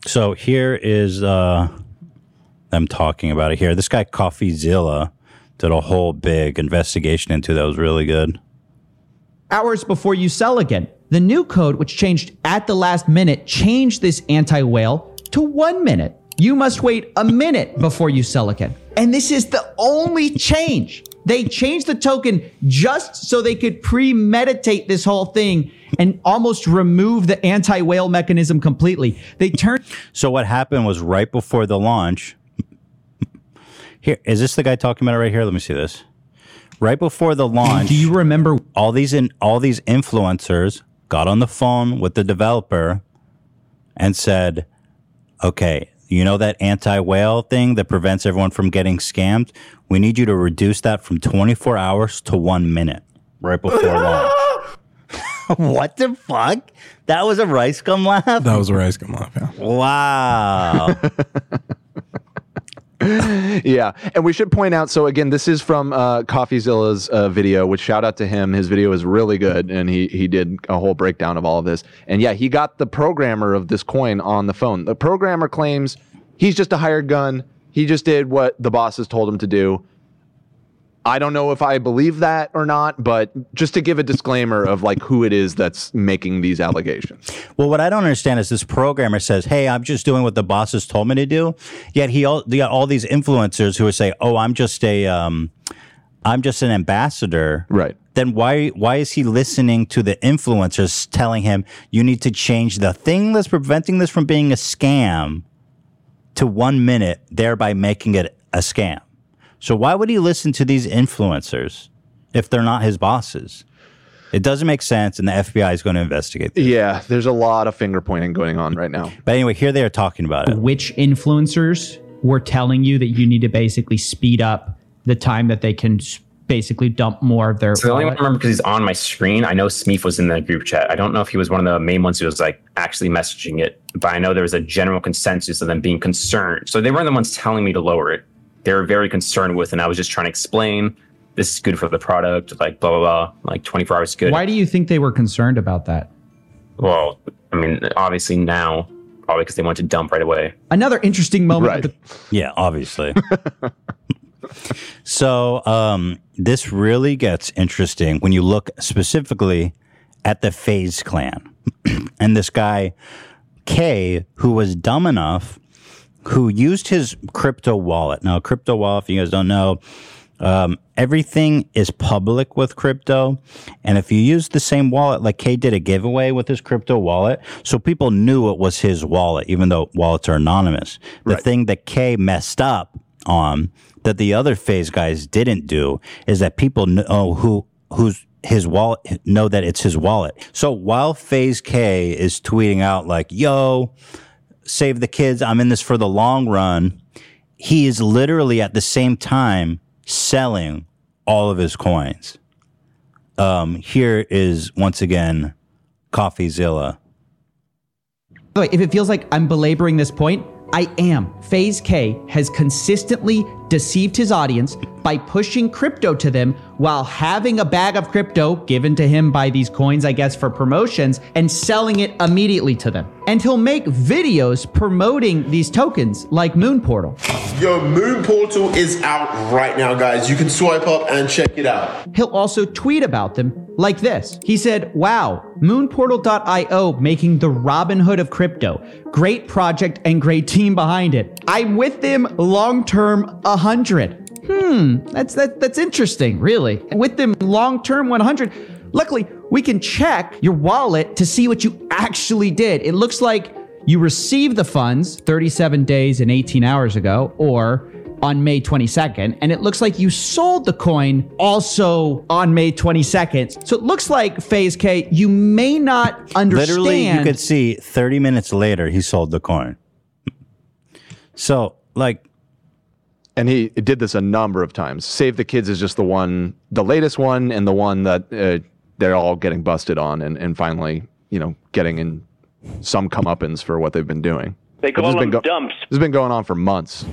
So here is uh, them talking about it here. This guy CoffeeZilla did a whole big investigation into that was really good.
hours before you sell again. The new code, which changed at the last minute, changed this anti whale to one minute. You must wait a minute before you sell again. And this is the only change. They changed the token just so they could premeditate this whole thing and almost remove the anti whale mechanism completely. They turned.
So what happened was right before the launch. Here is this the guy talking about it right here? Let me see this. Right before the launch. Do you
remember
all these in all these influencers got on the phone with the developer and said, "Okay, you know that anti-whale thing that prevents everyone from getting scammed? We need you to reduce that from 24 hours to 1 minute right before launch." what the fuck? That was a rice gum laugh. That
was a rice gum laugh.
Wow.
yeah. And we should point out so, again, this is from uh, CoffeeZilla's uh, video, which shout out to him. His video is really good. And he, he did a whole breakdown of all of this. And yeah, he got the programmer of this coin on the phone. The programmer claims he's just a hired gun. He just did what the bosses told him to do. I don't know if I believe that or not, but just to give a disclaimer of like who it is that's making these allegations.
Well, what I don't understand is this programmer says, "Hey, I'm just doing what the bosses told me to do," yet he all, they got all these influencers who would say, "Oh, I'm just a, um, I'm just an ambassador."
Right.
Then why why is he listening to the influencers telling him you need to change the thing that's preventing this from being a scam to one minute, thereby making it a scam? So why would he listen to these influencers if they're not his bosses? It doesn't make sense, and the FBI is going to investigate.
Yeah, there's a lot of finger pointing going on right now.
But anyway, here they are talking about it.
Which influencers were telling you that you need to basically speed up the time that they can s- basically dump more of their.
So the only one I
wallet?
remember because he's on my screen. I know Smeef was in the group chat. I don't know if he was one of the main ones who was like actually messaging it, but I know there was a general consensus of them being concerned. So they weren't the ones telling me to lower it. They were very concerned with, and I was just trying to explain this is good for the product, like blah blah blah, like 24 hours is good.
Why do you think they were concerned about that?
Well, I mean, obviously now, probably because they want to dump right away.
Another interesting moment. of the-
Yeah, obviously. so um, this really gets interesting when you look specifically at the Phase Clan and this guy K, who was dumb enough, who used his crypto wallet. Now, crypto wallet, if you guys don't know, um, everything is public with crypto, and if you use the same wallet, like K did a giveaway with his crypto wallet, so people knew it was his wallet, even though wallets are anonymous. The thing that K messed up on that the other phase guys didn't do is that people know who who's his wallet know that it's his wallet. So while Phase K is tweeting out like, "Yo, save the kids, I'm in this for the long run," he is literally at the same time selling all of his coins. Um, here is once again CoffeeZilla.
By the way, if it feels like I'm belaboring this point, I am. Phase K has consistently deceived his audience by pushing crypto to them while having a bag of crypto given to him by these coins, I guess, for promotions and selling it immediately to them. And he'll make videos promoting these tokens like Moon Portal.
Yo, Moon Portal is out right now, guys. You can swipe up and check it out.
He'll also tweet about them like this. He said, Wow, moonportal.io making the Robin Hood of crypto. Great project and great team behind it. I'm with them long term 100. Hmm, that's that, that's interesting, really. With them long term 100. Luckily, we can check your wallet to see what you actually did. It looks like you received the funds 37 days and 18 hours ago, or on May 22nd, and it looks like you sold the coin also on May 22nd. So it looks like Phase K, you may not understand.
Literally, you could see 30 minutes later, he sold the coin. So, like,
and he did this a number of times. Save the Kids is just the one, the latest one, and the one that uh, they're all getting busted on, and, and finally, you know, getting in some comeuppance for what they've been doing.
They
But
call
has been
them dumps.
This has been going on for months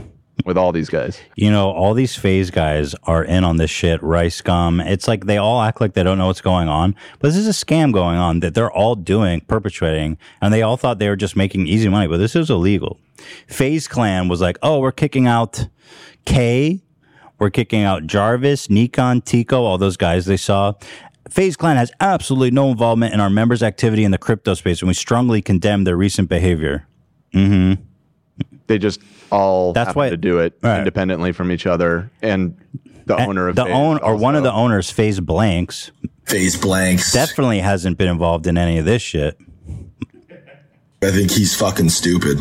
with all these guys.
You know, all these phase guys are in on this shit. Rice gum. It's like they all act like they don't know what's going on, but this is a scam going on that they're all doing, perpetrating, and they all thought they were just making easy money, but this is illegal. Phase Clan was like, "Oh, we're kicking out K, we're kicking out Jarvis, Nikon, Tico, all those guys they saw." Phase Clan has absolutely no involvement in our members' activity in the crypto space, and we strongly condemn their recent behavior. Mm-hmm.
They just all
That's
happen
why-
to do it
Right.
independently from each other, and the owner of
the
Phase
own or one of
also-
the owners, Phase Blanks.
Phase Blanks
definitely hasn't been involved in any of this shit.
I think he's fucking stupid.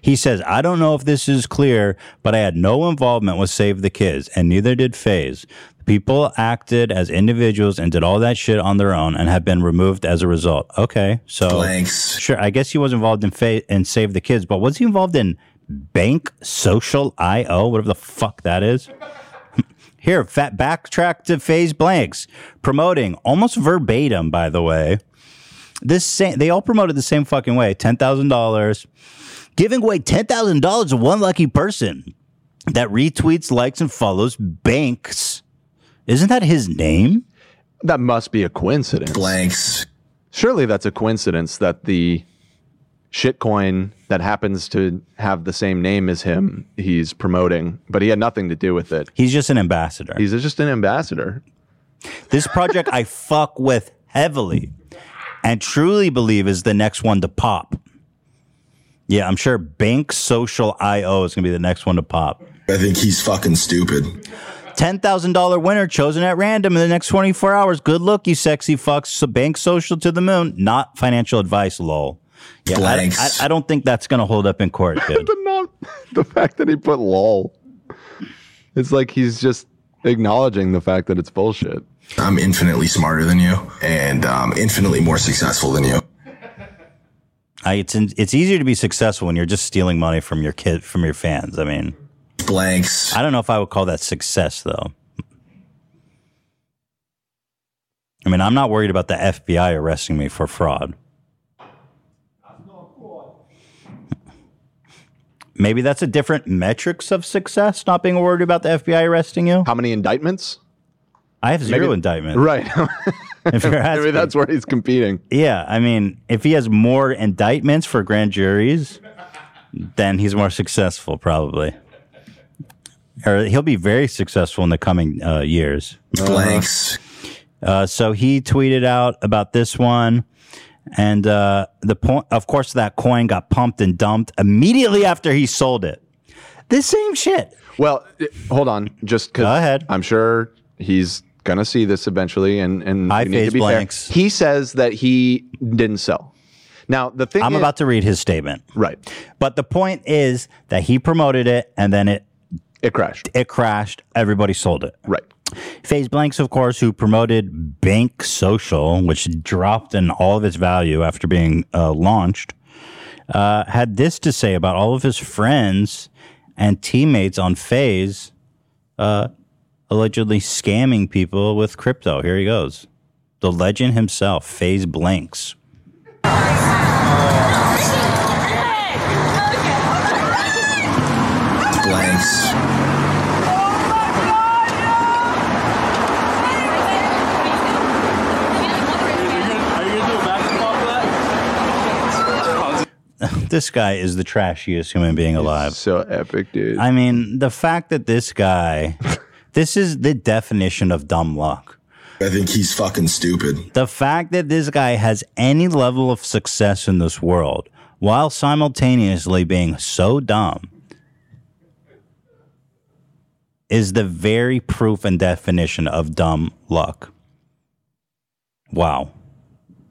He says, "I don't know if this is clear, but I had no involvement with Save the Kids, and neither did Phase. People acted as individuals and did all that shit on their own, and have been removed as a result." Okay, so
Blanks.
Sure, I guess he was involved in Fa- and Save the Kids, but was he involved in Bank Social IO, whatever the fuck that is? Here, fat backtrack to phase blanks, promoting almost verbatim, by the way. This same, they all promoted the same fucking way. Ten thousand dollars, giving away $10,000 to one lucky person that retweets, likes, and follows Banks. Isn't that his name?
That must be a coincidence. Blanks. Surely that's a coincidence that the shitcoin that happens to have the same name as him, he's promoting, but he had nothing to do with it.
He's just an ambassador.
He's just an ambassador.
This project I fuck with heavily and truly believe is the next one to pop. Yeah, I'm sure Bank Social IO is going to be the next one to pop.
I think he's fucking stupid.
$10,000 winner chosen at random in the next 24 hours. Good luck, you sexy fucks. So bank social to the moon. Not financial advice, lol. Yeah, I,
Blanks.
I, I don't think that's going to hold up in court, dude.
the, not, the fact that he put lol, it's like he's just acknowledging the fact that it's bullshit.
I'm infinitely smarter than you and um, infinitely more successful than you.
I, it's, in, it's easier to be successful when you're just stealing money from your kid, from your fans. I mean,
blanks.
I don't know if I would call that success, though. I mean, I'm not worried about the FBI arresting me for fraud. Maybe that's a different metrics of success, not being worried about the FBI arresting you.
How many indictments?
I have zero
Maybe-
indictments.
Right.
If you're
Maybe
asking.
that's where he's competing.
Yeah, I mean, if he has more indictments for grand juries, then he's more successful, probably. Or he'll be very successful in the coming uh, years.
Blanks.
Uh, so he tweeted out about this one, and uh, the point, of course, that coin got pumped and dumped immediately after he sold it. The same shit.
Well, i- hold on, just because I'm sure he's gonna see this eventually, and and I
phase blanks.
He says that he didn't sell. Now the thing
I'm
is-
about to read his statement.
Right.
But the point is that he promoted it and then it
it crashed.
It crashed. Everybody sold it.
Right.
Phase Blanks, of course, who promoted Bank Social, which dropped in all of its value after being uh, launched, uh, had this to say about all of his friends and teammates on Phase uh, allegedly scamming people with crypto. Here he goes. The legend himself, Phase Blanks.
Blanks.
this guy is the trashiest human being alive.
so epic, dude.
I mean, the fact that this guy, this is the definition of dumb luck.
I think he's fucking stupid.
The fact that this guy has any level of success in this world while simultaneously being so dumb is the very proof and definition of dumb luck. Wow.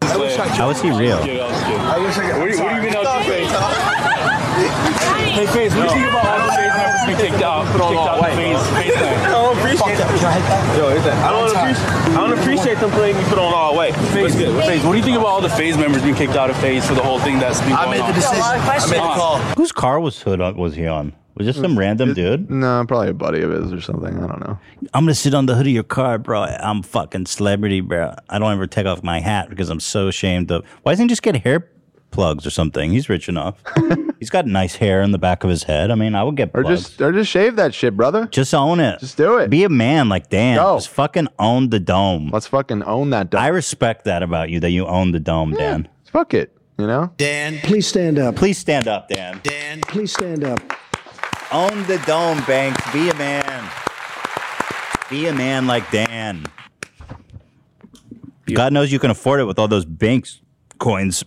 How is he real?
I wish I could. What, do you- what do you mean out your face?
mm.
Hey, face, what do you think about all those face members being kicked out? Kicked out the face, face thing? I don't appreciate that. Yo, is that? I don't appreciate. I don't appreciate them playing me put on all way. Face, face, what do you think about all the phase members being kicked out of phase for the whole thing that's been going on?
Whose car was hood on, was he on? Was this some random dude?
No, probably a buddy of his or something. I don't know.
I'm gonna sit on the hood of your car, bro. I'm fucking celebrity, bro. I don't ever take off my hat because I'm so ashamed of. Why doesn't he just get hair plugs or something? He's rich enough. He's got nice hair in the back of his head. I mean, I would get
Or
plugs.
just or just shave that shit, brother.
Just own it.
Just do it.
Be a man, like Dan. Just fucking own the dome.
Let's fucking own that dome.
I respect that about you that you own the dome, Dan.
Fuck it. You know,
Dan, please stand up. Please stand up, Dan. Dan, please stand up. Own the dome, Banks. Be a man. Be a man like Dan. God knows you can afford it with all those Banks coins.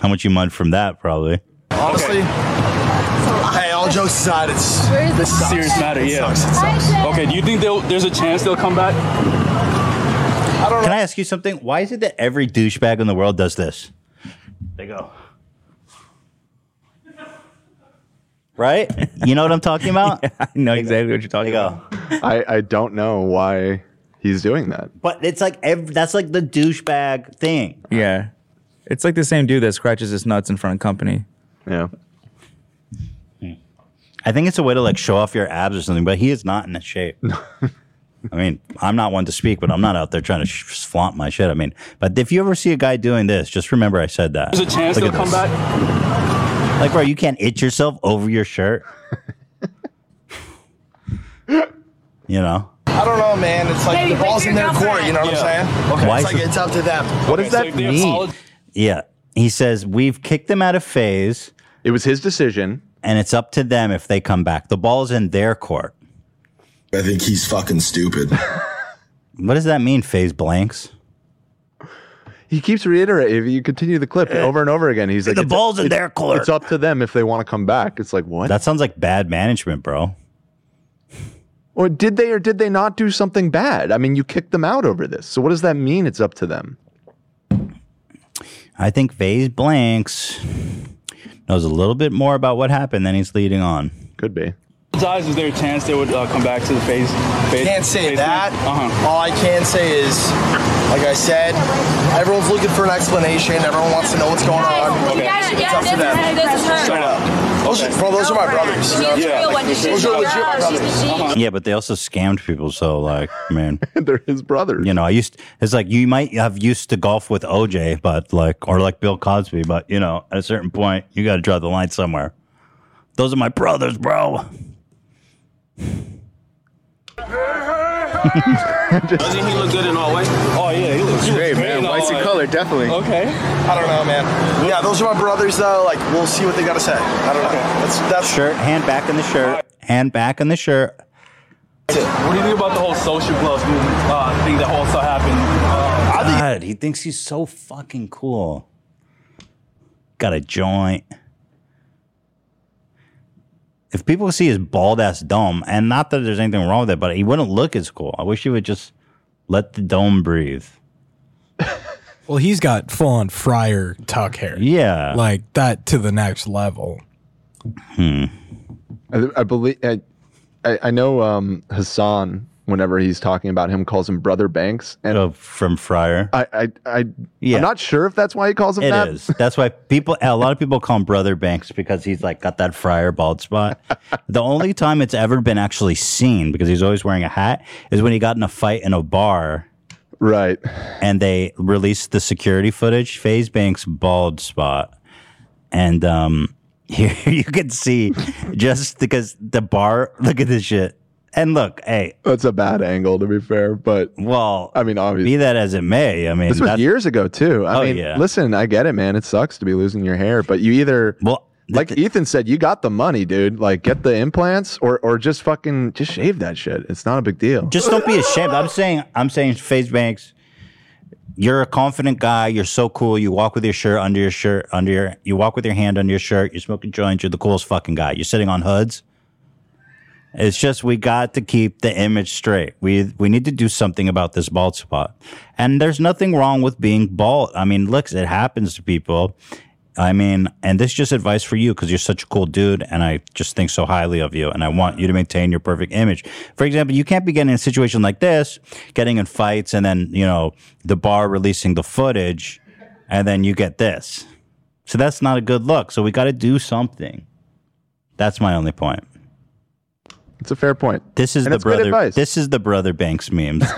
How much you mud from that, probably.
Ah,
Honestly, hey, all jokes aside, it's this sucks.
serious matter,
It
yeah.
sucks, it sucks.
Okay, do you think they'll- there's a chance they'll come back?
Can I ask you something? Why is it that every douchebag in the world does this? They go. Right? You know what I'm talking about? I
know exactly what you're talking
about.
I I don't know why he's doing that.
But it's like ev that's like the douchebag thing.
Yeah. It's like the same dude that scratches his nuts in front of company.
Yeah.
I think it's a way to like show off your abs or something, but he is not in that shape. I mean, I'm not one to speak, but I'm not out there trying to sh- flaunt my shit. I mean, but if you ever see a guy doing this, just remember I said that.
There's a chance
Look
they'll come
at this.
back?
Like, bro, you can't itch yourself over your shirt. you know?
I don't know, man. It's like the ball's in their court. You know what I'm saying?
Okay. Why
It's
is
like
it-
it's up to them.
What does that mean? yeah. He says, We've kicked them out of phase.
It was his decision.
And it's up to them if they come back. The ball's in their court.
I think he's fucking stupid.
What does that mean, phase blanks?
He keeps reiterating. If you continue the clip over and over again, he's like,
The
"It's-
ball's in
it's-
their court."
It's up to them if they want to come back. It's like what?
That sounds like bad management, bro.
or did they or did they not do something bad? I mean, you kicked them out over this. So what does that mean? It's up to them.
I think phase blanks knows a little bit more about what happened than he's leading on.
Could be.
Is there a chance they would uh, come back to the phase? phase Uh-huh.
Can't say that. All I can say is, like I said, everyone's looking for an explanation. Everyone wants to know what's going on. It's up to them. Straight up. Those, are, bro, those are my brothers.
She's
you know
real
what I'm
one.
saying?
She's
Those
your
are legit my
girl. She's-
brothers.
Yeah, but they also scammed people. So, like, man,
they're his brothers.
You know, I used it's like you might have used to golf with OJ, but like, or like Bill Cosby, but you know, at a certain point, you got to draw the line somewhere. Those are my brothers, bro.
Doesn't he look good in all white? Oh yeah, he looks great,
man.
in all
White's the
white.
color, definitely.
Okay.
I don't know, man. Yeah, those are my brothers, though. Like, we'll see what they got to say. I don't know. That's, that's
Shirt, hand back in the shirt, hand back in the shirt.
What do you think about the whole social gloves movement uh, thing that also happened? Uh,
God, he thinks he's so fucking cool. Got a joint. If people see his bald ass dome, and not that there's anything wrong with it, but he wouldn't look as cool. I wish he would just let the dome breathe.
Well, he's got full on fryer tuck hair.
Yeah.
Like that to the next level.
Hmm.
I, I believe I, I, I know um, Hassan. Whenever he's talking about him, calls him brother Banks, and
Oh, from Fryer.
I, I, I
Yeah.
I'm not sure if that's why he calls him
It
that.
is. That's why people, a lot of people call him Brother Banks because he's like got that friar bald spot. the only time it's ever been actually seen because he's always wearing a hat is when he got in a fight in a bar.
Right.
And they released the security footage, Phase Banks bald spot. And um here you can see just because the bar, look at this shit. And look, hey.
That's a bad angle to be fair, but
well,
I mean, obviously,
be that as it may, I mean,
this was
that's-
years ago too. I
Oh,
mean,
yeah.
listen, I get it, man. It sucks to be losing your hair, but you either
well,
like Ethan said, you got the money, dude. Like, get the implants, or or just fucking just shave that shit. It's not a big deal.
Just don't be ashamed. I'm saying, I'm saying, Phase Banks, you're a confident guy. You're so cool. You walk with your shirt under your shirt under your. You walk with your hand under your shirt. You're smoking joints. You're the coolest fucking guy. You're sitting on hoods. It's just we got to keep the image straight. We we need to do something about this bald spot. And there's nothing wrong with being bald. I mean, look, it happens to people. I mean, and this is just advice for you because you're such a cool dude, and I just think so highly of you, and I want you to maintain your perfect image. For example, you can't be getting in a situation like this, getting in fights, and then you know the bar releasing the footage, and then you get this. So that's not a good look. So we got to do something. That's my only point.
It's a fair point.
This is
And
the
it's good
brother.
advice.
This is the brother Banks memes.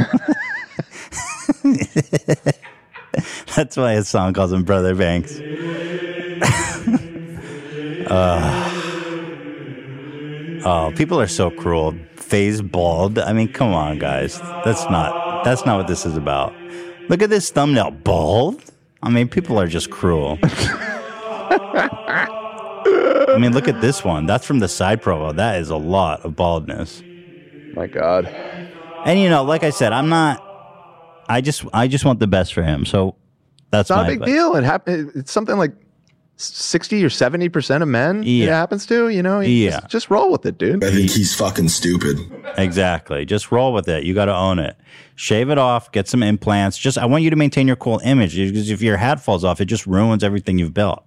That's why his song calls him Brother Banks. Ugh. Uh, oh, people are so cruel. Phase bald. I mean, come on, guys. That's not. That's not what this is about. Look at this thumbnail. Bald. I mean, people are just cruel. I mean, look at this one. That's from the side promo. That is a lot of baldness.
My God.
And you know, like I said, I'm not. I just, I just want the best for him. So
it's
that's
not
my
a big
advice.
deal. It happens. It's something like sixty or seventy percent of men. It
Yeah.
happens to you know. You
Yeah.
Just, just roll with it, dude.
I think he's fucking stupid.
Exactly. Just roll with it. You got to own it. Shave it off. Get some implants. Just, I want you to maintain your cool image because if your hat falls off, it just ruins everything you've built.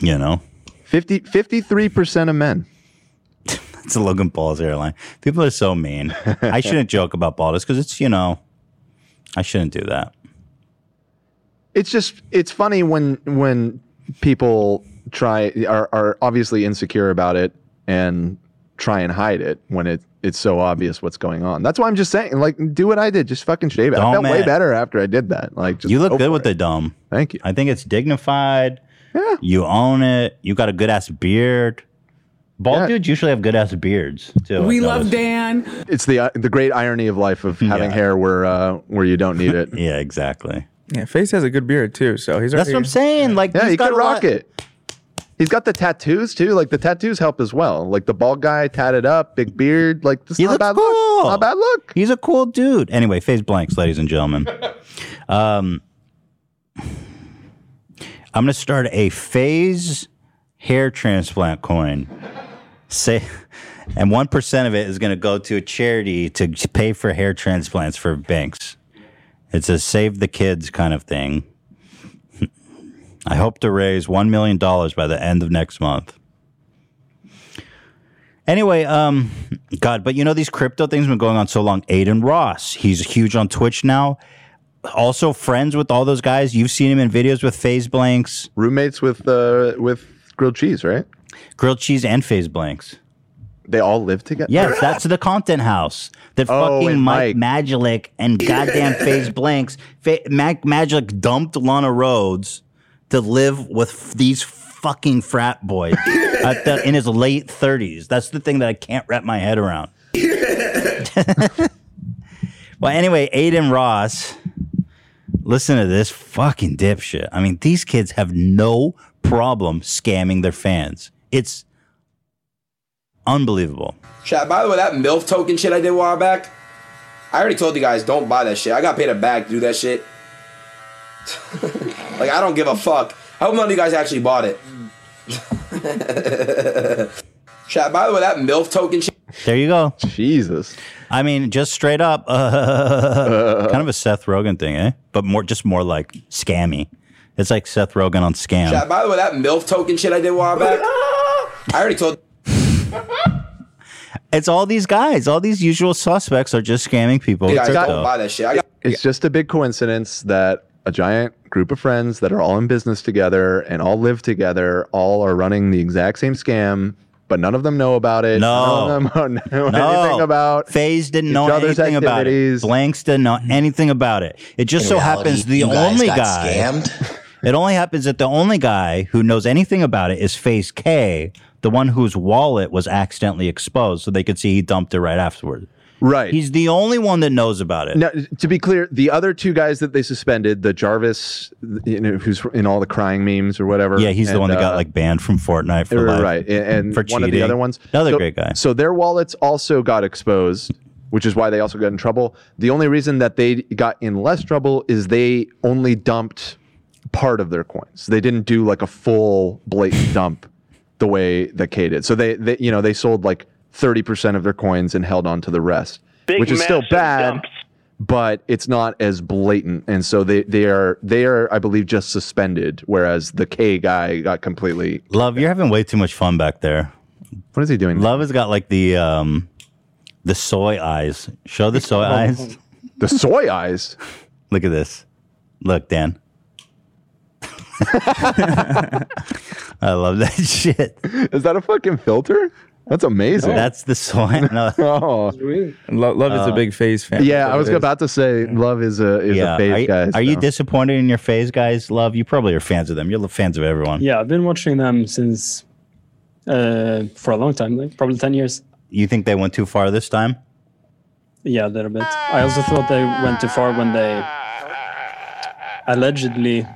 You know,
53 percent of men.
it's Logan Paul's airline. People are so mean. I shouldn't joke about baldness because it's, you know, I shouldn't do that.
It's just it's funny when when people try are are obviously insecure about it and try and hide it when it it's so obvious what's going on. That's why I'm just saying, like, do what I did. Just fucking shave it. I
Don't
felt way
man-
better after I did that. Like, just
you look
go
good
for
with
it.
the dome.
Thank you.
I think it's dignified. You own it. You got a good ass beard. Bald dudes usually have good ass beards too.
we love Dan.
It's the uh, the great irony of life of having hair where uh, where you don't need it.
yeah, exactly.
Yeah, Face has a good beard too, so he's
That's what I'm
saying. Like,
Yeah,
he's
he
got
could
a lot-
rock it. He's got the tattoos too. Like the tattoos help as well. Like the bald guy, tatted up, big beard. Like this
He
not a
looks
bad
cool.
look. Not a bad look.
He's a cool dude. Anyway, phase blanks, ladies and gentlemen. Um, I'm gonna start a phase hair transplant coin. Say, and one percent of it is gonna go to a charity to pay for hair transplants for banks. It's a save the kids kind of thing. I hope to raise one million dollars by the end of next month. Anyway, um, God, but you know these crypto things have been going on so long. Aiden Ross, he's huge on Twitch now. Also friends with all those guys. You've seen him in videos with Phase Blanks.
Roommates with uh, with grilled cheese, right?
Grilled cheese and Phase Blanks.
They all live together.
Yes, that's the content house that
Oh,
fucking
and
Mike, Magic and goddamn Phase Blanks. Fa- Mac Magic dumped Lana Rhodes to live with f- these fucking frat boys at the, in his late thirties. That's the thing that I can't wrap my head around. well, anyway, Aiden Ross, listen to this fucking dipshit. I mean, these kids have no problem scamming their fans. It's unbelievable.
Chat, by the way, that MILF token shit I did a while back, I already told you guys don't buy that shit. I got paid a bag to do that shit. like, I don't give a fuck. I hope none of you guys actually bought it. Chat, by the way, that MILF token shit.
There you go.
Jesus.
I mean, just straight up, uh, kind of a Seth Rogen thing, eh? But more, just more like scammy. It's like Seth Rogen on
Chat,
scam.
by the way, that MILF token shit I did a while back, I already told
It's all these guys, all these usual suspects are just scamming people.
you
with
guys don't
crypto.
buy that shit. I got
It's just a big coincidence that a giant group of friends that are all in business together and all live together, all are running the exact same scam, but none of them know about it.
No.
None of them know
No.
anything about
Phase didn't
each
know
other's
anything about it.
activities.
Blanks didn't know anything about it. It just
In
so
reality,
happens the
you guys
only
got
guy.
scammed?
It only happens that the only guy who knows anything about it is Phase K, the one whose wallet was accidentally exposed, so they could see he dumped it right afterward.
Right.
He's the only one that knows about it.
Now, to be clear, the other two guys that they suspended, the Jarvis, you know, who's in all the crying memes or whatever.
Yeah, he's the
and,
one that got
uh,
like banned from Fortnite for
Right,
life,
right, and, and
for
one of the
cheating.
other ones.
Another
so,
great guy.
So their wallets also got exposed, which is why they also got in trouble. The only reason that they got in less trouble is they only dumped part of their coins. They didn't do like a full blatant dump the way that K did. So they, they you know, they sold like thirty percent of their coins and held on to the rest,
Big,
which is still
massive
bad.
dumps.
But it's not as blatant, and so they, they are they are I believe just suspended, whereas the K guy got completely
Love, you're having way too much fun back there.
What is he doing?
Love has got like the um the soy eyes. Show the soy eyes.
Oh. The soy eyes.
Look at this. Look, Dan. I love that shit.
Is that a fucking filter? That's amazing.
That's the soy. No. Uh,
oh.
Lo- Love is a big phase fan.
Yeah, I was
It is.
about to say love is a is a
are you,
phase guy.
are you
so.
disappointed in your phase guys? Love, you probably are fans of them. You're fans of everyone.
Yeah, I've been watching them since uh, for a long time, like probably ten years.
You think they went too far this time?
Yeah, a little bit. I also thought they went too far when they allegedly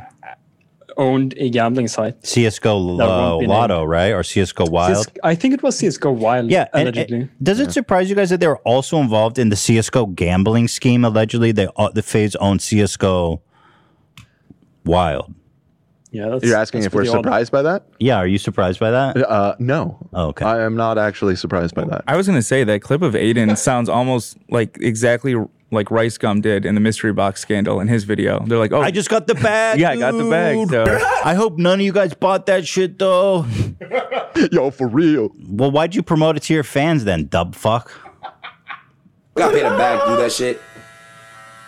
owned a gambling site.
CS:GO
That
uh,
won't be
Lotto, right, or CS:GO Wild?
CS I think it was CS:GO Wild.
Yeah, and-
allegedly.
and does it surprise you guys that they were also involved in the CS:GO gambling scheme? Allegedly, they uh, the Phase owned CS:GO Wild.
yeah, that's,
You're asking
that's
if we're
pretty odd.
surprised by that?
Yeah, are you surprised by that? Oh,
Uh, no.
okay.
I am not actually surprised by that.
I was gonna say that clip of Aiden sounds almost like exactly like Rice Gum did in the mystery box scandal in his video. They're like, "Oh,
I just got the bag.
yeah, I got the bag."
dude.
So
I hope none of you guys bought that shit though.
Yo, for real.
Well, why'd you promote it to your fans then, dub fuck?
got paid a bag to do that shit.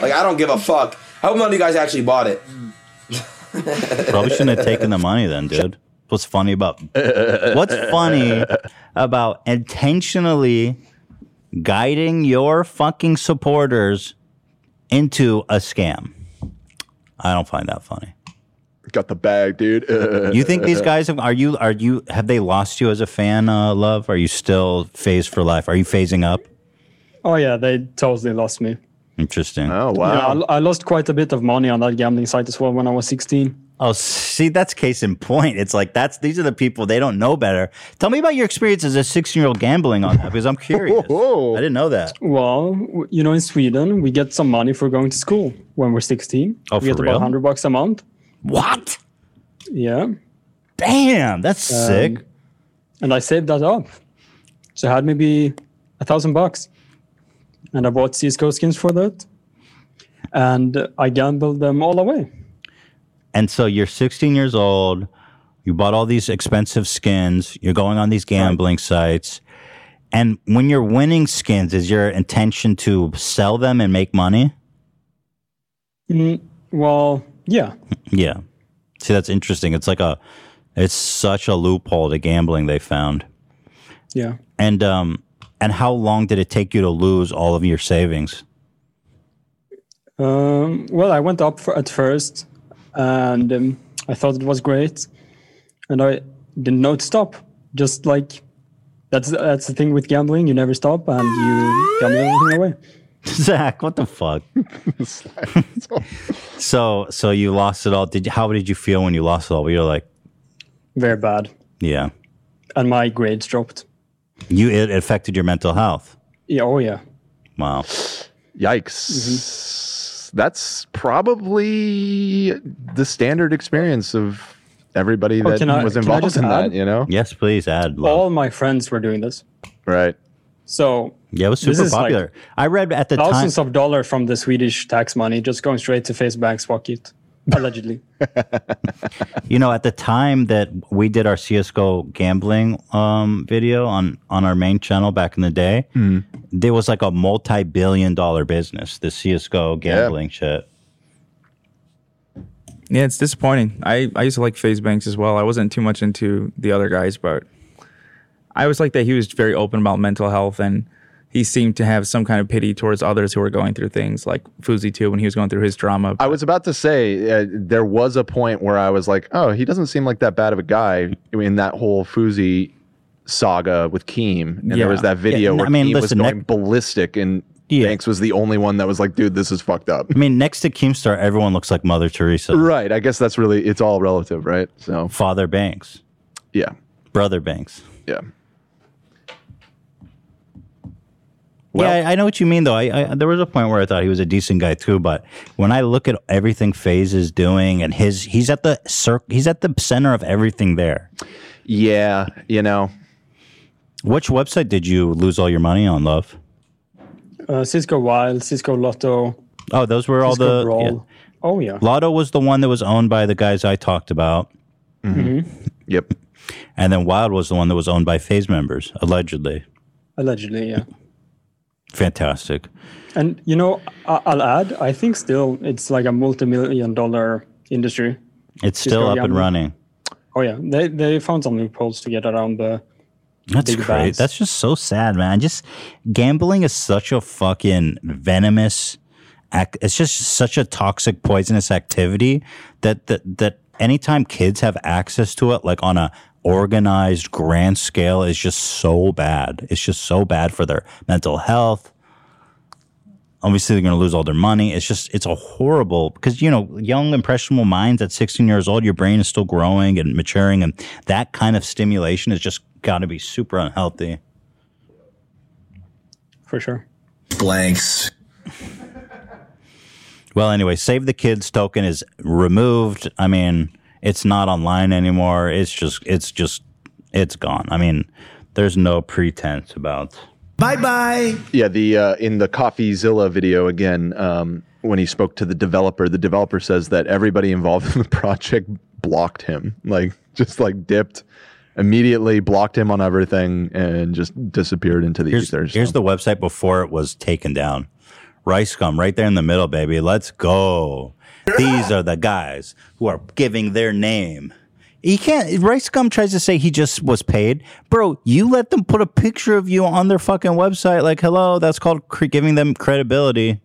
like, I don't give a fuck. I hope none of you guys actually bought it.
Probably shouldn't have taken the money then, dude. What's funny about what's funny about intentionally guiding your fucking supporters into a scam? I don't find that funny.
got the bag, dude.
You think these guys have, are you are you have they lost you as a fan? Uh, love? Are you still phased for life? Are you phasing up?
Oh yeah, they totally lost me.
Interesting. Oh
Yeah, I, I lost quite a bit of money on that gambling site as well when I was 16.
Oh, see, that's case in point. It's like that's these are the people they don't know better. Tell me about your experience as a sixteen-year-old gambling on that because I'm curious. I didn't know that.
Well, w- you know, in Sweden, we get some money for going to school when we're 16.
Oh,
we get about
for real?
100 bucks a month.
What?
Yeah. Um,
Damn, that's sick.
And I saved that up. So I had maybe a thousand bucks. And I bought CSGO skins for that. And uh, I gambled them all away.
And so you're 16 years old. You bought all these expensive skins. You're going on these gambling sites. And when you're winning skins, is your intention to sell them and make money?
Mm, well, yeah.
Yeah. See, that's interesting. It's like a, it's such a loophole to gambling they found.
Yeah.
And um, and how long did it take you to lose all of your savings?
Um, well, I went up for, at first, and um, I thought it was great, and I didn't know to stop. Just like that's that's the thing with gambling, you never stop, and you gamble everything away.
Zach, what the fuck? So so you lost it all. Did you, how did you feel when you lost it all? You're like,
Very bad,
yeah,
and my grades dropped.
you it affected your mental health.
Yeah, oh yeah.
Wow.
Yikes. That's probably the standard experience of everybody
Oh,
that
can I-
was
can I
involved
just
in that,
add?
you know?
Yes, please add.
All my friends were doing this,
Right.
so
Yeah, it was
this
super
is like
popular. I read at the time.
thousands of dollars from the Swedish tax money just going straight to Facebook's pocket, allegedly.
you know, at the time that we did our CS:GO gambling um, video on on our main channel back in the day, there was like a multi-billion-dollar business, the CS:GO gambling shit.
Yeah, it's disappointing. I, I used to like FaZe Banks as well. I wasn't too much into the other guys, but I always liked that he was very open about mental health and he seemed to have some kind of pity towards others who were going through things like Fousey too when he was going through his drama.
I was about to say uh, there was a point where I was like, oh, he doesn't seem like that bad of a guy in that whole Fuzi saga with Keem. And
Yeah.
there was that video
Yeah,
where
I mean,
Keem
listen,
was going ballistic and Banks was the only one that was like, dude, this is fucked up.
I mean, next to Keemstar, everyone looks like Mother Teresa.
Right. I guess that's really it's all relative, right? So
Father Banks.
Yeah.
Brother Banks.
Yeah.
yeah, I, I know what you mean, though. I, I there was a point where I thought he was a decent guy too, but when I look at everything Phase is doing and his, he's at the cir- he's at the center of everything there.
Yeah, you know.
Which website did you lose all your money on, love?
Uh, Cisco Wild, Cisco Lotto,
Oh, those were all
Cisco
the
Brawl.
yeah.
Oh yeah.
Lotto was the one that was owned by the guys I talked about.
Mhm.
Yep.
And then Wild was the one that was owned by Phase members, allegedly.
Allegedly, yeah.
Fantastic.
And you know, I- I'll add. I think still it's like a multi-million-dollar industry.
It's
Cisco
still up and
gambling.
running.
Oh yeah, they they found some loopholes to get around the.
That's
big
great.
banks.
That's just so sad, man. Just gambling is such a fucking venomous. Act, it's just such a toxic, poisonous activity that that that anytime kids have access to it, like on a organized, grand scale, is just so bad. It's just so bad for their mental health. Obviously, they're going to lose all their money. It's just, it's a horrible because you know, young impressionable minds at 16 years old, your brain is still growing and maturing, and that kind of stimulation has just got to be super unhealthy.
For sure.
Blanks.
Well, anyway, Save the Kids token is removed. I mean, it's not online anymore. It's just, it's just, it's gone. I mean, there's no pretense about.
Bye bye. Yeah, the uh, in the CoffeeZilla video again, um, when he spoke to the developer, the developer says that everybody involved in the project blocked him, like just like dipped immediately, blocked him on everything, and just disappeared into the ether.
Here's the website before it was taken down. Rice gum right there in the middle, baby. Let's go. These are the guys who are giving their name. He can't. Rice gum tries to say he just was paid, bro. You let them put a picture of you on their fucking website. Like, hello, that's called cre- giving them credibility.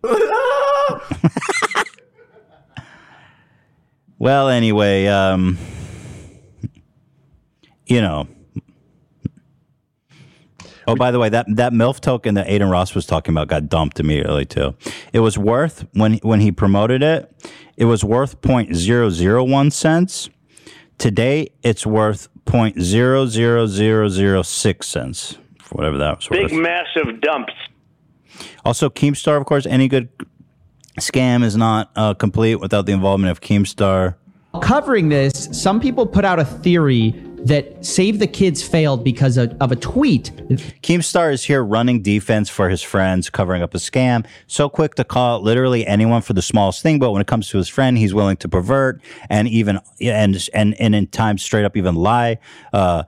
Well, anyway, um, you know. Oh, by the way, that that MILF token that Aiden Ross was talking about got dumped immediately too. It was worth when when he promoted it, it was worth 0.001 cents. Today, it's worth 0.00006 cents, whatever that was worth.
Big massive dumps.
Also, Keemstar, of course, any good scam is not uh, complete without the involvement of Keemstar.
Covering this, some people put out a theory that Save the Kids failed because of, of a tweet.
Keemstar is here running defense for his friends, covering up a scam. So quick to call literally anyone for the smallest thing, but when it comes to his friend, he's willing to pervert and even and and and in times straight up even lie. Uh,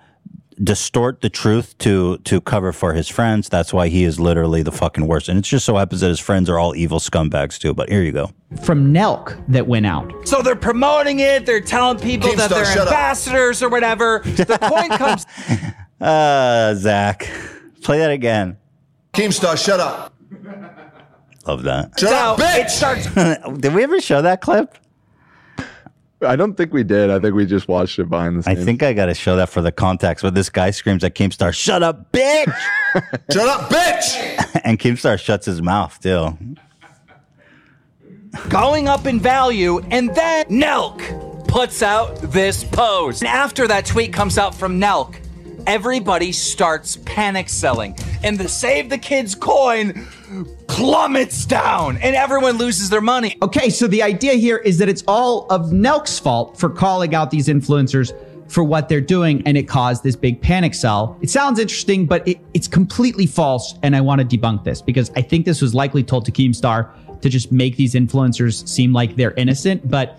distort the truth to to cover for his friends that's why he is literally the fucking worst and it just so happens that his friends are all evil scumbags too but here you go
from nelk that went out
So they're promoting it. They're telling people that
Keemstar,
they're
shut up.
ambassadors or whatever. The coin comes.
uh zach play that again
Keemstar, shut up.
love that
Shut up, bitch.
did we ever show that clip
I don't think we did. I think we just watched it behind the
i
scenes.
think i gotta show that for the context but this guy screams at keemstar shut up bitch
shut up bitch
and keemstar shuts his mouth too
going up in value, and then Nelk puts out this post. And after that tweet comes out from Nelk, everybody starts panic selling, and the Save the Kids coin plummets down, and everyone loses their money.
Okay, so the idea here is that it's all of Nelk's fault for calling out these influencers for what they're doing, and it caused this big panic sell. It sounds interesting, but it, it's completely false, and I want to debunk this because I think this was likely told to Keemstar to just make these influencers seem like they're innocent, but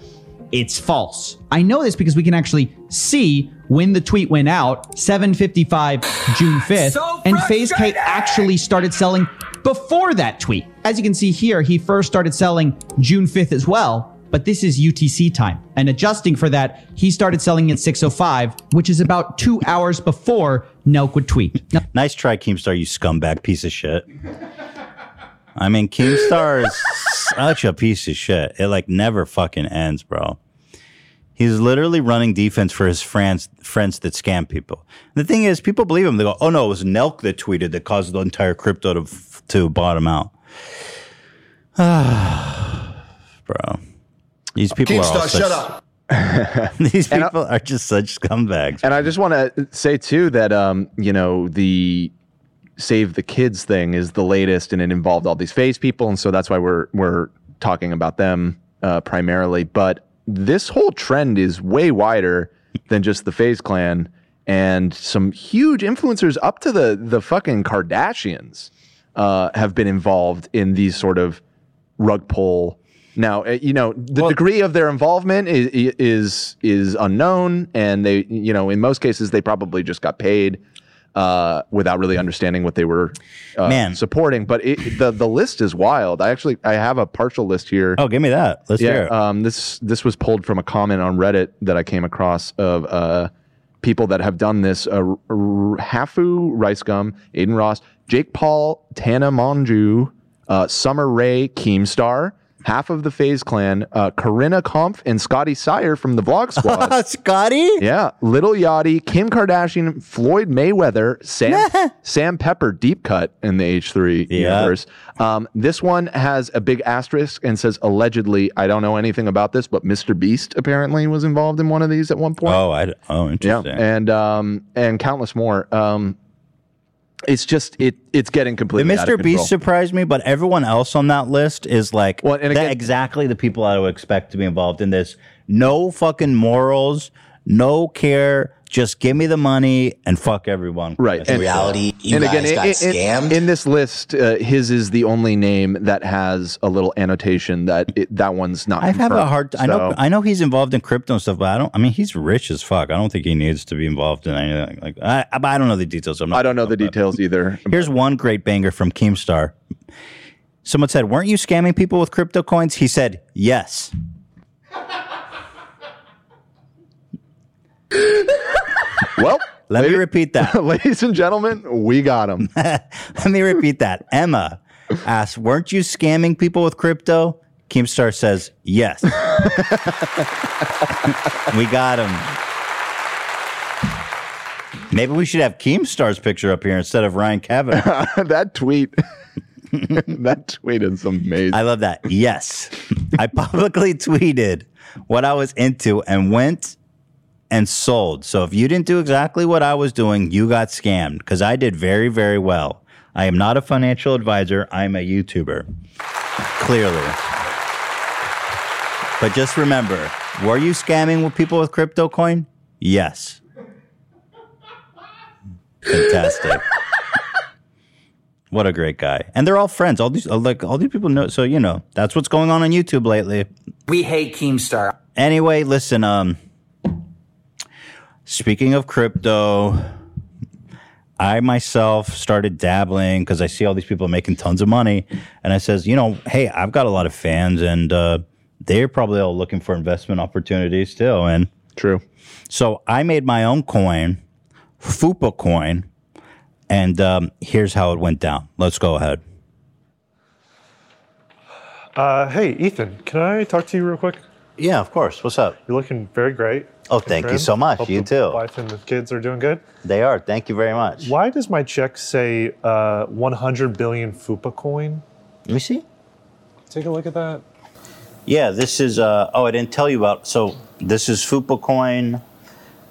it's false. I know this because we can actually see when the tweet went out, 7:55 June 5th, and FaZe actually started selling before that tweet. As you can see here, he first started selling June 5th as well, but this is UTC time. And adjusting for that, he started selling at 6:05, which is about 2 hours before Nelk would tweet. Now,
Nice try, Keemstar, you scumbag piece of shit. I mean, Keemstar is such a piece of shit. It like never fucking ends, bro. He's literally running defense for his friends friends that scam people. The thing is, people believe him. They go, "Oh no, it was Nelk that tweeted that caused the entire crypto to f- to bottom out." bro, these people are all
Keemstar,
such,
shut up.
These people are just such scumbags.
And I just want to say too that um, you know the save the kids thing is the latest, and it involved all these phase people, and so that's why we're we're talking about them uh, primarily. But this whole trend is way wider than just the phase clan and some huge influencers up to the the fucking Kardashians uh, have been involved in these sort of rug pull. Now, uh, you know, the degree of their involvement is, is is unknown, and they, you know, in most cases, they probably just got paid uh, without really understanding what they were uh,
Man.
supporting. But it, the the list is wild. I actually I have a partial list here.
Oh, give me that. Let's hear it.
Um, this this was pulled from a comment on Reddit that I came across of uh, people that have done this: uh, R- R- Hafu Rice Gum, Aiden Ross, Jake Paul, Tana Monju, uh, Summer Ray, Keemstar. Half of the Phase Clan, uh, Corinna Kampf and Scotty Sire from the Vlog Squad.
Scotty?
Yeah. Little Yachty, Kim Kardashian, Floyd Mayweather, Sam Sam Pepper deep cut in the H3 universe. Um, this one has a big asterisk and says allegedly, I don't know anything about this, but Mr. Beast apparently was involved in one of these at one point.
Oh, I oh, interesting.
Yeah, and um, and countless more. Um, it's just it it's getting
The
completely out of
Mr. Beast
control.
surprised me, but everyone else on that list is like
and
they're
again-
exactly the people I would expect to be involved in this. No fucking morals, no care. Just give me the money and fuck everyone.
Right.
That's it.
in- in- In, this list, uh, his is the only name that has a little annotation that it, that one's not.
I have a
confirmed,
hard. I know.
so-
I know he's involved in crypto and stuff, but I don't. I mean, he's rich as fuck. I don't think he needs to be involved in anything like. I. I, but I don't know the details. I'm not, I
don't know the details either.
Here's one great banger from Keemstar. Someone said, "Weren't you scamming people with crypto coins?" He said, "Yes."
well,
let me repeat that,
ladies and gentlemen. We got him.
let me repeat that. Emma asked, "Weren't you scamming people with crypto?" Keemstar says yes. we got him. Maybe we should have Keemstar's picture up here instead of Ryan Kavanaugh.
that tweet. that tweet is amazing.
I love that. Yes. I publicly tweeted what I was into and went and sold. So if you didn't do exactly what I was doing, you got scammed because I did very, very well. I am not a financial advisor, I'm a YouTuber. Clearly. But just remember, were you scamming with people with crypto coin? Yes. Fantastic. what a great guy. And they're all friends. All these like all these people know so you know, that's what's going on on YouTube lately.
We hate Keemstar.
Anyway, listen, um speaking of crypto, I myself started dabbling because I see all these people making tons of money. And I says, you know, hey, I've got a lot of fans and uh, they're probably all looking for investment opportunities too. And
true.
So I made my own coin, FUPA coin. And um, here's how it went down. Let's go ahead.
Uh, hey, Ethan, can I talk to you real quick?
Yeah, of course. What's up?
You're looking very great.
Oh, thank you so much.
Hope
You
the
too.
Wife and the kids are doing good.
They are. Thank you very much.
Why does my check say uh, 100 billion FUPA coin?
Let me see.
Take a look at that.
Yeah, this is. Uh, oh, I didn't tell you about. So this is Fupa Coin.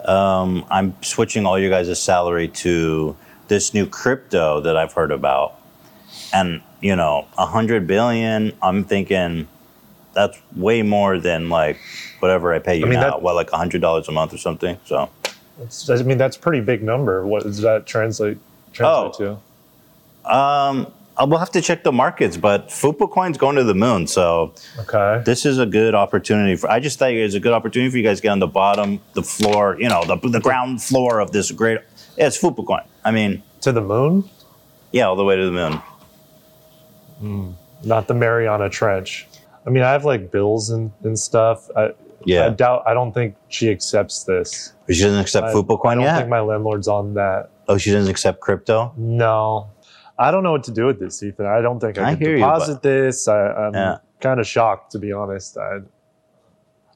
Um, I'm switching all your guys' salary to this new crypto that I've heard about, and you know, a hundred billion. I'm thinking that's way more than like whatever I pay you
I mean,
now.
that-
well, like a hundred dollars a month or something. So
It's, I mean, that's a pretty big number. What does that translate, translate
Oh. um, I- we'll have to check the markets, but Fupa Coin's going to the moon. So
okay.
this is a good opportunity for. I just think it's a good opportunity for you guys to get on the bottom, the floor, you know, the, the ground floor of this great. Yeah, it's Fupa Coin. I mean,
to the moon.
Yeah, all the way to the moon.
to? Not the Mariana Trench. I mean, I have like bills and, and stuff. I,
Yeah.
I doubt, I don't think she accepts this.
She doesn't accept
I-
Fupa
I
Coin
don't
yet.
think my landlord's on that.
oh, she doesn't accept crypto.
No, I don't know what to do with this, Ethan. I don't think I,
I
can
hear you, but-
deposit this. I, I'm
Yeah.
kind of shocked, to be honest. I,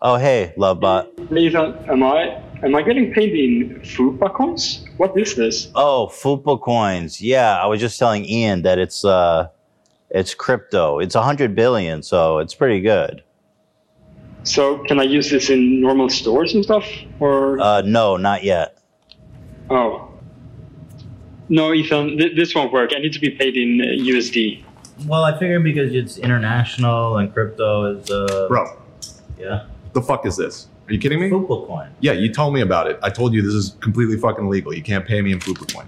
Oh, hey, Lovebot.
Ethan,
Am I am I getting paid in FUPA coins? What is this?
Oh, Fupa coins. Yeah, I was just telling Ian that it's uh, it's crypto. It's a hundred billion, so it's pretty good.
So can I use this in normal stores and stuff? Or
Uh, no, not yet.
oh, no, Ethan, th- this won't work. I need to be paid in uh, USD.
Well, I figured because it's international and crypto is uh
Bro.
Yeah.
The fuck is this? Are you kidding me?
Fupa coin.
Yeah, you told me about it. I told you this is completely fucking illegal. You can't pay me in Fupa coin.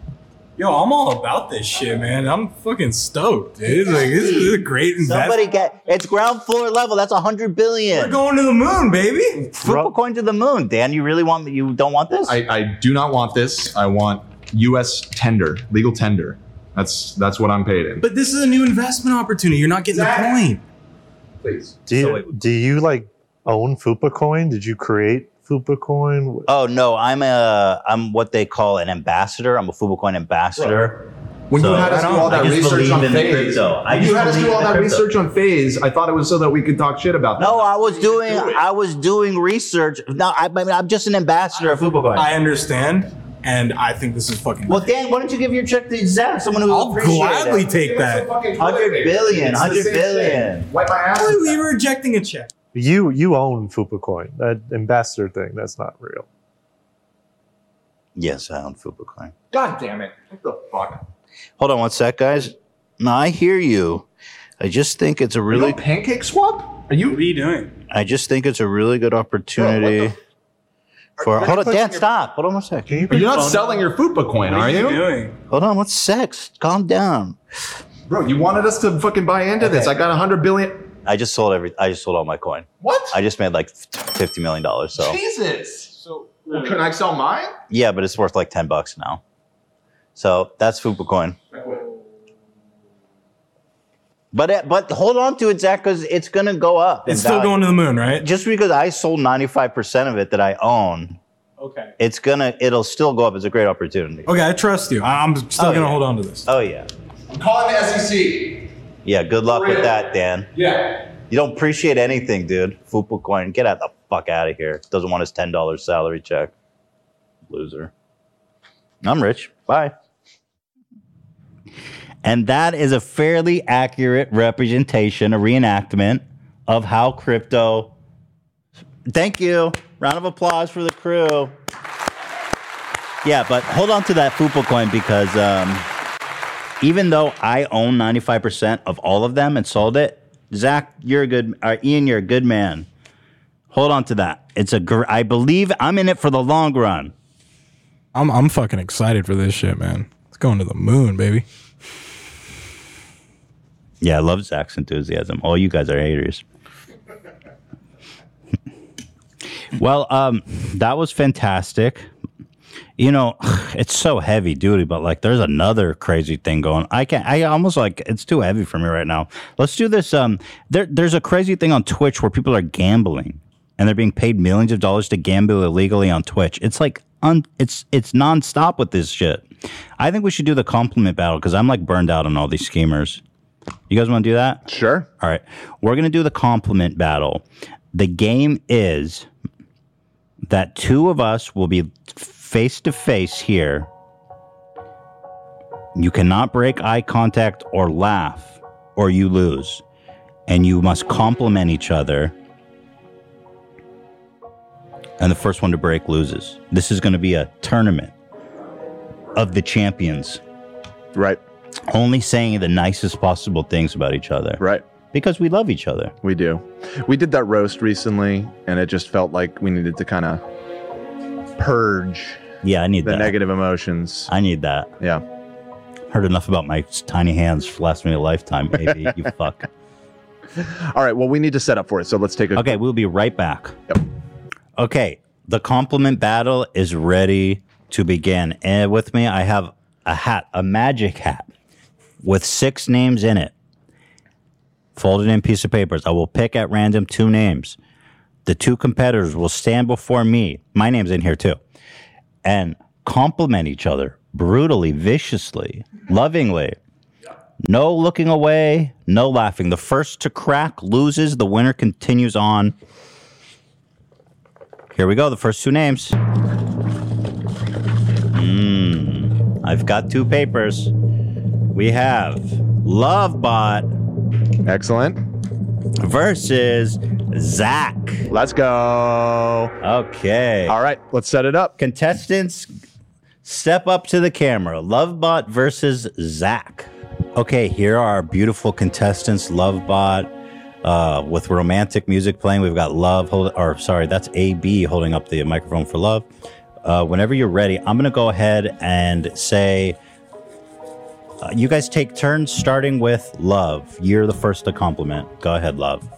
Yo, I'm all about this shit, man. I'm fucking stoked, dude. Like this is a great investment.
Somebody get it's ground floor level. That's a hundred billion. We're
going to the moon, baby.
Fupa coin to the moon, Dan. You really want? You don't want this?
I, I do not want this. I want U.S. tender, legal tender. That's that's what I'm paid in.
But this is a new investment opportunity. You're not getting the coin.
Please.
do you do you like own FUPA coin? Did you create FUPA coin?
Oh no, I'm a I'm what they call an ambassador. I'm a FuboCoin ambassador.
When you had us do all that research on
phase,
phase, when you had us do all that research on phase, I thought it was so that we could talk shit about that.
No, I was doing I was doing research. No, I, I mean, I'm just an ambassador of FuboCoin.
I understand, and I think this is fucking.
Well, Dan, why don't you give your check to Zach, someone who will appreciate
gladly
it.
take that.
Hundred billion, hundred billion.
Wipe my ass.
you were rejecting a check.
You you own FUPA coin. That ambassador thing. That's not real.
Yes, I own FuboCoin.
God damn it! What the fuck?
Hold on one sec, guys. No, I hear you. I just think it's a really
pancake swap. Are you?
What are you doing?
I just think it's a really good
Oh,
opportunity for. Hold on, Dan, stop. Hold on one sec.
Can you
You're not selling your Fupa coin, are you?
Hold on, what's sex? Calm down.
Bro, you wanted us to fucking buy into this. I got a hundred billion.
I just sold every. I just sold all my coin.
What?
I just made like fifty million dollars. So
Jesus. So well, can I sell mine?
yeah, but it's worth like ten bucks now. So that's Fupa coin. But it, but hold on to it, Zach, because it's gonna go up. in
It's still
value.
going to the moon, right?
Just because I sold ninety five percent of it that I own,
Okay.
it's gonna it'll still go up. It's a great opportunity.
Okay, I trust you. Um, I- I'm still
Oh,
gonna
yeah.
hold on to this.
Oh yeah,
I'm calling the SEC.
yeah. Good luck with that, Dan.
Yeah.
You don't appreciate anything, dude. Fupu coin, get out the fuck out of here. Doesn't want his ten dollars salary check. Loser. I'm rich. Bye. And that is a fairly accurate representation, a reenactment of how crypto. Thank you. Round of applause for the crew. Yeah, but hold on to that Fupu coin because um, even though I own 95% of all of them and sold it, Zach, you're a good, or Ian, you're a good man. Hold on to that. It's a, gr- I believe I'm in it for the long run.
I'm I'm fucking excited for this shit, man. It's going to the moon, baby.
Yeah, I love Zach's enthusiasm. All you guys are haters. well, um, that was fantastic. You know, it's so heavy duty, but like, there's another crazy thing going. I can't. I almost like it's too heavy for me right now. Let's do this. Um, there, there's a crazy thing on Twitch where people are gambling and they're being paid millions of dollars to gamble illegally on Twitch. It's like un, it's it's nonstop with this shit. I think we should do the compliment battle because I'm like burned out on all these schemers. You guys want to do that?
Sure.
All right. We're going to do the compliment battle. The game is that two of us will be face to face here. You cannot break eye contact or laugh, or you lose. And you must compliment each other. And the first one to break loses. This is going to be a tournament of the champions.
Right.
Only saying the nicest possible things about each other.
Right.
Because we love each other.
We do. We did that roast recently, and it just felt like we needed to kind of purge.
Yeah, I need
the
that.
negative emotions.
I need that.
Yeah.
Heard enough about my tiny hands last me a lifetime, baby. you fuck.
All right. Well, we need to set up for it, so let's take a.
Okay, we'll be right back. Okay, the compliment battle is ready to begin. And with me, I have a hat, a magic hat with six names in it, folded in piece of papers. I will pick at random two names. The two competitors will stand before me. My name's in here too. And compliment each other brutally, viciously, lovingly. No looking away, no laughing. The first to crack loses. The winner continues on. Here we go. The first two names. Mm, I've got two papers. We have Lovebot.
Excellent.
Versus Zach.
Let's go.
Okay.
All right. Let's set it up.
Contestants, step up to the camera. Lovebot versus Zach. Okay, here are our beautiful contestants. Lovebot uh, with romantic music playing. We've got Love, hold, or sorry, that's AB holding up the microphone for Love. Uh, whenever you're ready, I'm going to go ahead and say, uh, you guys take turns starting with Love. You're the first to compliment. Go ahead, Love.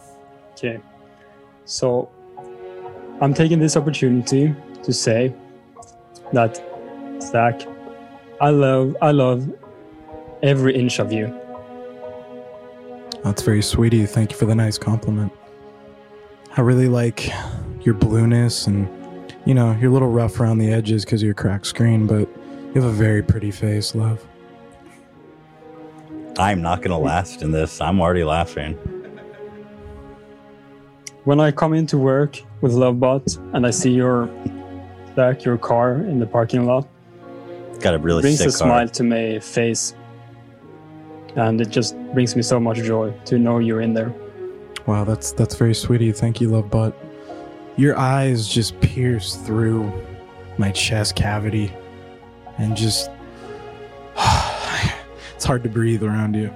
Okay. So I'm taking this opportunity to say that Zach, I love I love every inch of you.
That's very sweet of you. Thank you for the nice compliment. I really like your blueness and, you know, you're a little rough around the edges because of your cracked screen, but you have a very pretty face, love.
I'm not going to last in this. I'm already laughing.
When I come into work with Lovebot and I see your Zach, your car in the parking lot,
Got a really
brings
sick
a
car.
smile to my face. And it just brings me so much joy to know you're in there.
Wow, that's that's very sweet of you. Thank you, love butt. Your eyes just pierce through my chest cavity and just it's hard to breathe around you.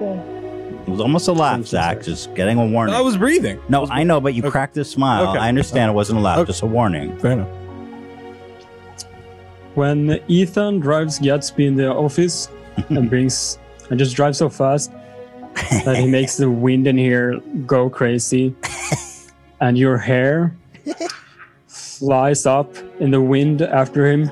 It was almost a laugh, Zach. Just getting a warning.
I was breathing.
No, I know, but you cracked this smile.
Okay.
I understand it wasn't a laugh, just a warning.
Fair enough.
When Ethan drives Gatsby in the office and brings and just drives so fast that he makes the wind in here go crazy, and your hair flies up in the wind after him,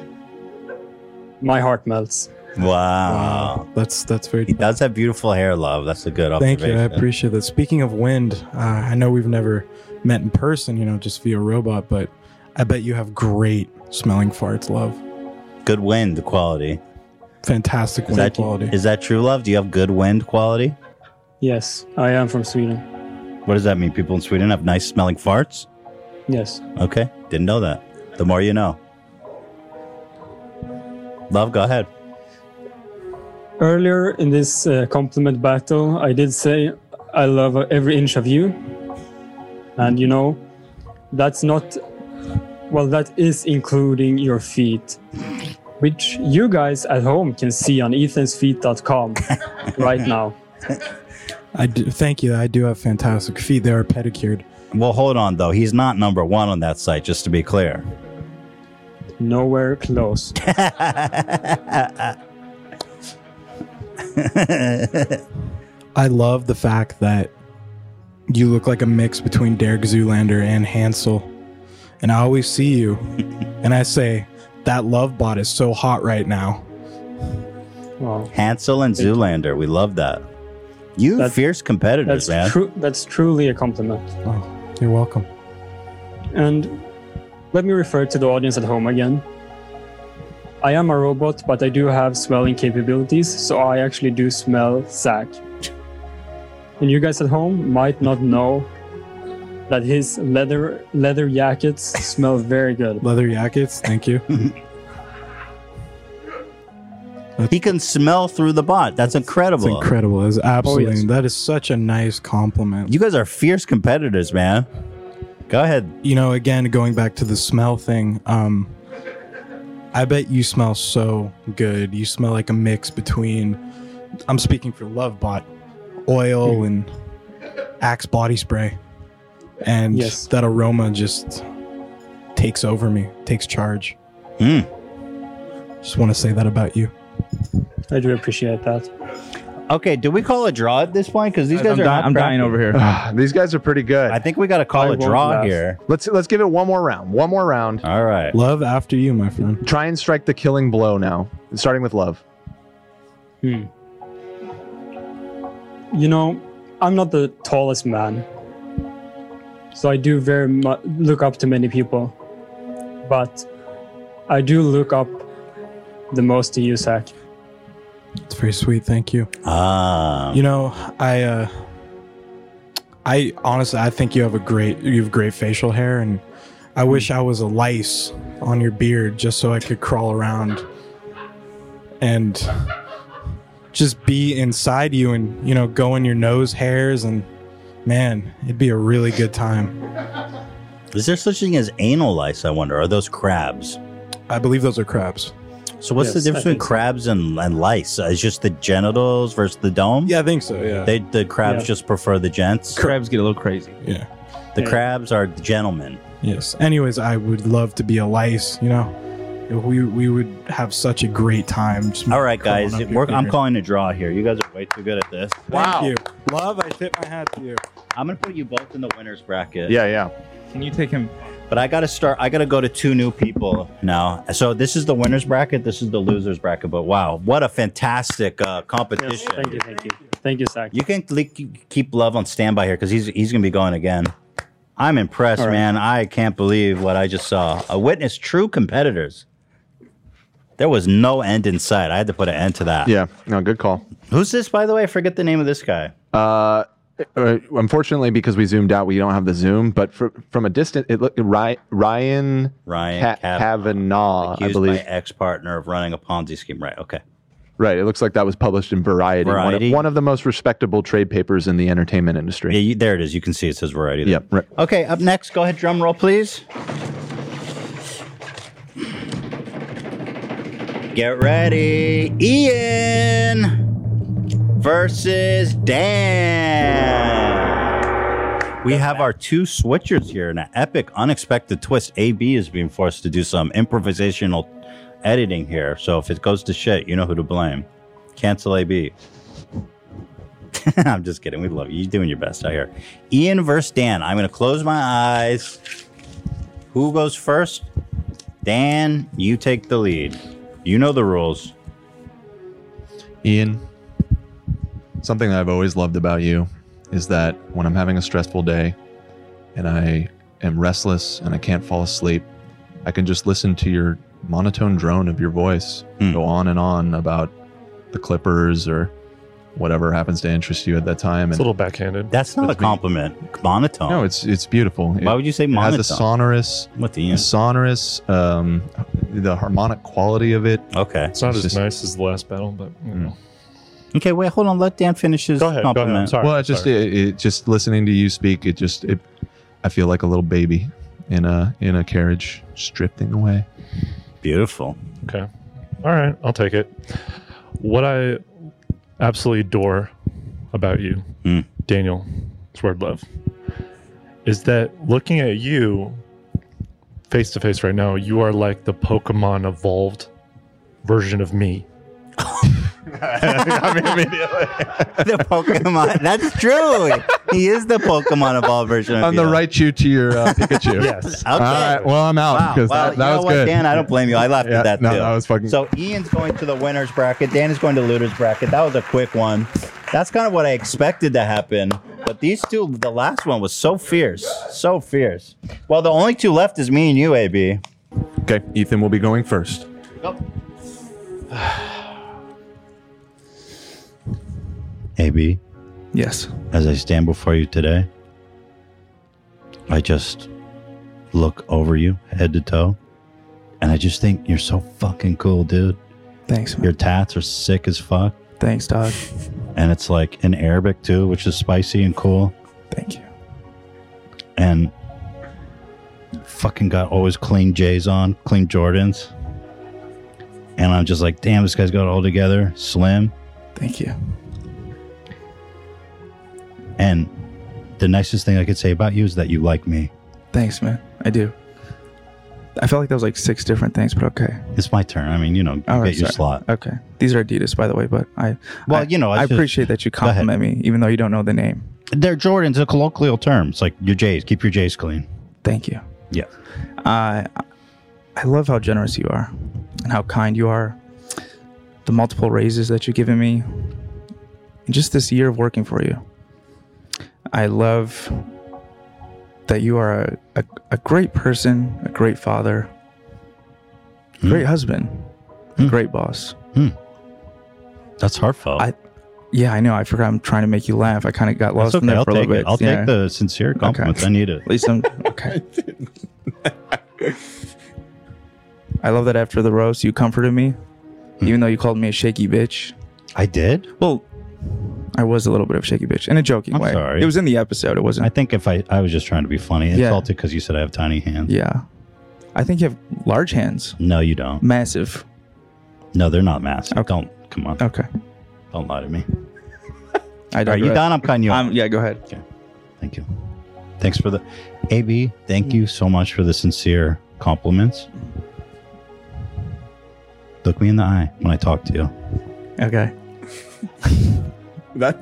my heart melts.
Wow.
That's that's very.
Uh, He does have beautiful hair, love. That's a good
Thank
observation.
you. I appreciate that. Speaking of wind, uh, I know we've never met in person, you know, just via robot, but I bet you have great smelling farts, love.
Good wind quality.
Fantastic
Is
wind
that,
quality.
is that true, love? Do you have good wind quality?
Yes, I am from Sweden.
What does that mean? People in Sweden have nice smelling farts?
Yes.
Okay. Didn't know that. The more you know. Love, go ahead.
Earlier in this uh, compliment battle, I did say I love every inch of you. And you know, that's not, well, that is including your feet, which you guys at home can see on ethansfeet.com right now.
I do, thank you. I do have fantastic feet. They are pedicured.
Well, hold on though. He's not number one on that site, just to be clear.
Nowhere close.
I love the fact that you look like a mix between Derek Zoolander and Hansel. And I always see you, and I say, that love bot is so hot right now.
Well,
Hansel and Zoolander, we love that. You fierce competitors,
that's
man.
tru- that's truly a compliment.
You're welcome.
And let me refer to the audience at home again. I am a robot, but I do have smelling capabilities, so I actually do smell Zach. And you guys at home might not know that his leather leather jackets smell very good.
Leather jackets, thank you.
He can smell through the bot. That's
It's
incredible. Oh,
incredible. It's absolutely
yes.
that is such a nice compliment.
You guys are fierce competitors, man. Go ahead.
You know, again, going back to the smell thing, um, I bet you smell so good. You smell like a mix between, I'm speaking for Lovebot,
Hmm.
oil and Axe body spray. And
Yes.
that aroma just takes over me, takes charge.
Hmm.
Just want to say that about you.
I do appreciate that.
Okay, do we call a draw at this point? Because these
I'm
guys are
dy-
not
I'm dying
cracking.
over here. These guys are pretty good. I
think we got to
I
call a
won't
draw
last.
here.
Let's let's give it one more round. One more round.
All right.
Love after you, my friend.
Try and strike the killing blow now, starting with love.
Hmm. You know, I'm not the tallest man, so I do very much look up to many people, but I do look up the most to you, Zach.
It's very sweet. Thank you.
Ah.
You know, I uh I honestly I think you have a great you have great facial hair and I
Hmm.
wish I was a lice on your beard just so I could crawl around and just be inside you and you know go in your nose hairs and man, it'd be a really good time.
Is there such thing as anal lice? I wonder. Are those crabs?
I believe those are crabs.
So what's the
Yes, I
difference between
think so.
crabs and, and lice? Uh, It's just the genitals versus the dome.
Yeah, I think so. Yeah.
They the crabs
Yeah.
just prefer the gents.
Crabs
get a little crazy.
Yeah.
The
Yeah.
crabs are the gentlemen.
Yes. Anyways, I would love to be a lice, you know. We we would have such a great time. just
All right,
crawling
guys.
Mm. up your
We're, I'm
beard.
calling a draw here. You guys are way too good at this.
Thank you. Love, I tip my hat to you.
I'm gonna put you both in the winners bracket.
Yeah, yeah.
Can you take him? But I gotta start. I gotta go to two new people now. So this is the winners bracket. This is the losers bracket. But wow, what a fantastic uh, competition!
Thank you, thank you, thank you, Zach.
You can le- keep Love on standby here because he's he's gonna be going again. I'm impressed,
All right.
man. I can't believe what I just saw. I witnessed true competitors. There was no end in sight. I had to put an end to that.
Yeah. No, good call.
Who's this, by the way? I forget the name of this guy.
Uh, uh, unfortunately, because we zoomed out, we don't have the zoom. But fr- from a distance, it looked Ryan Ryan
Ryan
Ca-
Cav-
Kavanaugh, I
Accused
believe.
my ex-partner of running a Ponzi scheme. Right. Okay.
Right. It looks like that was published in Variety, one of-
Variety?
One, of, the most respectable trade papers in the entertainment industry.
Yeah, you, there it is. You can see it says Variety.
Yep. Right.
Okay, up next, go ahead, drum roll, please. Get ready, Ian versus Dan. We have our two switchers here in an epic, unexpected twist. AB is being forced to do some improvisational editing here, so if it goes to shit, you know who to blame. Cancel AB. I'm just kidding. We love you. You're doing your best out here. Ian versus Dan. I'm going to close my eyes. Who goes first? Dan, you take the lead. You know the rules.
Ian, something that I've always loved about you is that when I'm having a stressful day and I am restless and I can't fall asleep, I can just listen to your
Hmm.
monotone drone of your voice go on and on about the Clippers or whatever happens to interest you at that time.
It's a little backhanded.
That's not a compliment. Monotone.
No, it's it's beautiful.
Why would you say
it Has a
monotone?
sonorous,
what
a sonorous, um, the harmonic quality of it. Mm.
Okay,
It's not as nice as the last battle, but you know.
Okay, wait, hold on. Let Dan finish his
Go ahead, go ahead.
compliment.
Sorry,
well, it's just it, it, just listening to you speak, it just it, I feel like a little baby in a in a carriage, drifting away.
Beautiful.
okay. All right, I'll take it. What I absolutely adore about you,
Hmm.
Daniel, Sword Love, is that looking at you face to face right now, you are like the Pokemon evolved version of me. I mean, immediately.
the Pokemon. That's true. He is the Pokemon evolved version. Of
I'm the
you.
right you to your uh, Pikachu.
Yes.
All
Okay.
right. Well, I'm out
Wow.
because
Well,
that,
you
that
know
was
what,
good.
Dan, I don't blame you. I laughed
Yeah,
at that
no,
too.
that was fucking.
So Ian's going to the winners bracket. Dan is going to looters bracket. That was a quick one. That's kind of what I expected to happen. But these two, the last one was so fierce, so fierce. Well, the only two left is me and you, AB.
Okay, Ethan will be going first.
AB.
Yes.
As I stand before you today, I just look over you head to toe, and I just think you're so fucking cool, dude.
Thanks.
Your tats are sick as fuck.
Thanks, Doc.
And it's like in Arabic too, which is spicy and cool.
Thank you.
And fucking got always clean J's on, clean Jordans. And I'm just like, damn, this guy's got it all together. Slim.
Thank you.
And the nicest thing I could say about you is that you like me.
Thanks, man. I do. I felt like that was like six different things, but okay.
It's my turn. I mean, you know,
All right,
get your
sorry.
slot.
Okay. These are Adidas, by the way, but I.
Well,
I-
you know, I
I,
just-
appreciate that you
Go ahead.
compliment me, even though you don't know the name.
They're Jordans, a colloquial term. It's like your J's. Keep your J's clean.
Thank you.
Yeah.
I Uh, I love how generous you are and how kind you are. The multiple raises that you've given me, and just this year of working for you. I love that you are a, a, a great person, a great father,
Hmm.
a great husband, a great boss.
That's heartfelt.
I, yeah, I know. I forgot I'm trying to make you laugh. I kind of got lost
That's
in
okay.
there
I'll
for a
take
little
it.
bit.
I'll
yeah.
take the sincere compliments. I need it.
At least I'm okay. I love that after the roast, you comforted me, even though you called me a shaky bitch.
Hmm. I did.
Well, I was a little bit of a shaky bitch in a joking
I'm
way.
sorry.
It was in the episode. It wasn't.
I think if I, I was just trying to be funny,
Yeah.
insulted because you said I have tiny hands.
yeah, I think you have large hands,
No, you don't.
massive.
No, they're not massive. Don't come on.
Okay.
Don't lie to me.
I
Are you
digress.
done? I'm cutting you. off.
Um, yeah, go ahead.
Okay. Thank you. Thanks for the AB. Thank you so much for the sincere compliments. Look me in the eye when I talk to you.
Okay.
That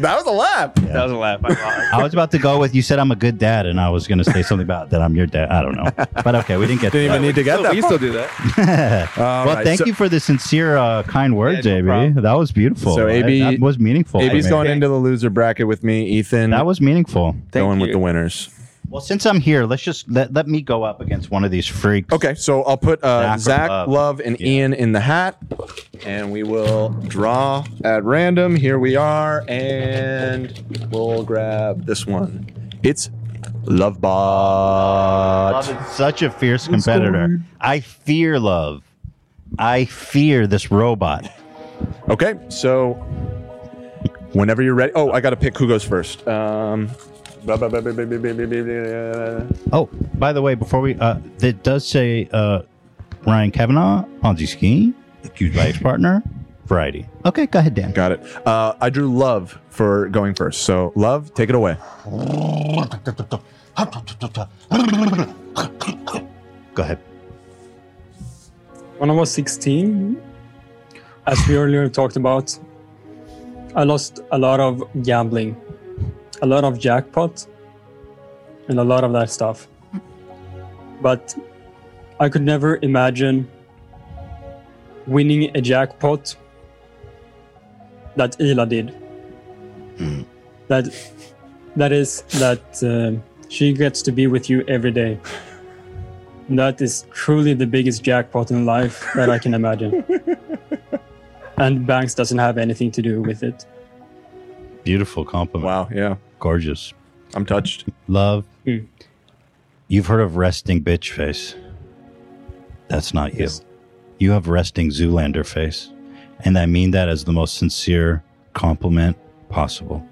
that was a laugh.
That was a laugh. I,
I was about to go with you said I'm a good dad, and I was going to say something about that I'm your dad. I don't know, but okay, we didn't get.
Didn't
to
even need to get
So
that.
we
far.
still do that.
well,
right,
thank
so-
you for the sincere, uh, kind words,
Yeah, no
AB. that was beautiful.
So
I-
AB
that was meaningful.
AB's
to me.
going into the loser bracket with me. Ethan
That was meaningful.
going
Thank
with
you.
the winners.
Well, since I'm here, let's just let, let me go up against one of these freaks.
Okay, so I'll put uh,
Zach or
Zach,
Love.
Love, and Ian in the hat, and we will draw at random. Here we are, and we'll grab this one. It's
Love
Lovebot.
is such a fierce competitor. I fear love. I fear this robot.
Okay, so whenever you're ready. Oh, I got to pick who goes first. Um, blah, blah, blah, blah, blah, blah, blah, blah, blah, blah.
Oh, by the way, before we, uh, it does say uh, Ryan Kavanaugh, Ponzi scheme, accused by his partner, variety. Okay, go ahead, Dan.
Got it. Uh, I drew Love for going first. So, Love, take it away.
Go ahead.
When I was 16, as we earlier talked about, I lost a lot of gambling, a lot of jackpot, and a lot of that stuff. But I could never imagine winning a jackpot that Ila did.
Hmm.
That that is that uh, she gets to be with you every day. That is truly the biggest jackpot in life that I can imagine. and Banks doesn't have anything to do with it.
Beautiful compliment.
Wow. Yeah.
Gorgeous.
I'm touched.
Love. You've heard of resting bitch face. That's not you. You have resting Zoolander face. And I mean that as the most sincere compliment possible.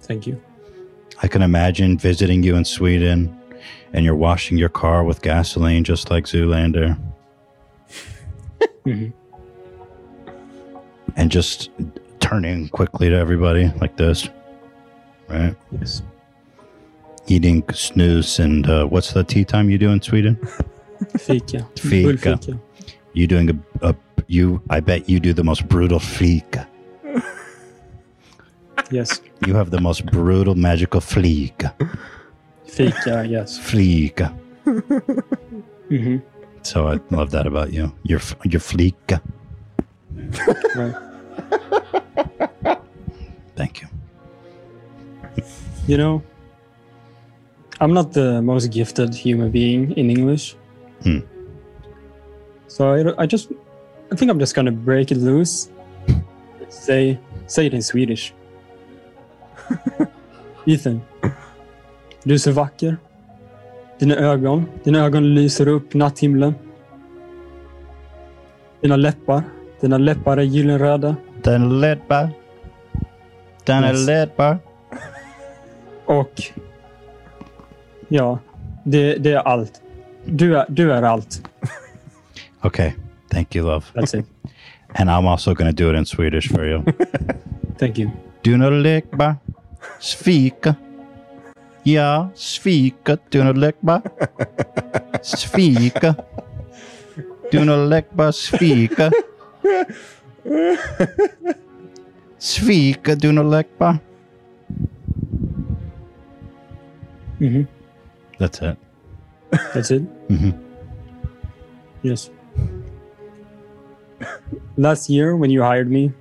Thank you.
I can imagine visiting you in Sweden and you're washing your car with gasoline just like Zoolander. And just turning quickly to everybody like this. Right?
Yes.
Eating snooze and uh, what's the tea time you do in Sweden?
Fika. Full
Fika. You doing a, a you? I bet you do the most brutal fika.
Yes.
You have the most brutal magical fleek.
Fika, yes.
Fleek.
hmm
So I love that about you. Your f- your fleek. Thank you.
You know, I'm not the most gifted human being in English.
Hmm.
So I, I just, I think I'm just gonna break it loose. say, say it in Swedish. Ethan, du är så vacker. Dina ögon, dina ögon lyser upp natthimlen. Dina läppar, dina läppar är gyllenröda.
Dina läppar. Dina läppar.
Och ja, det, det är allt. Du är, du är allt.
Okay. Thank you, love.
That's it.
And I'm also going to do it in Swedish for you.
Thank you.
Duna lekba, svika. Ja, svika. Duna lekba, svika. Duna lekba, svika. Svika, duna lekba.
hmm
That's it.
That's it.
hmm
Yes. Last year, when you hired me,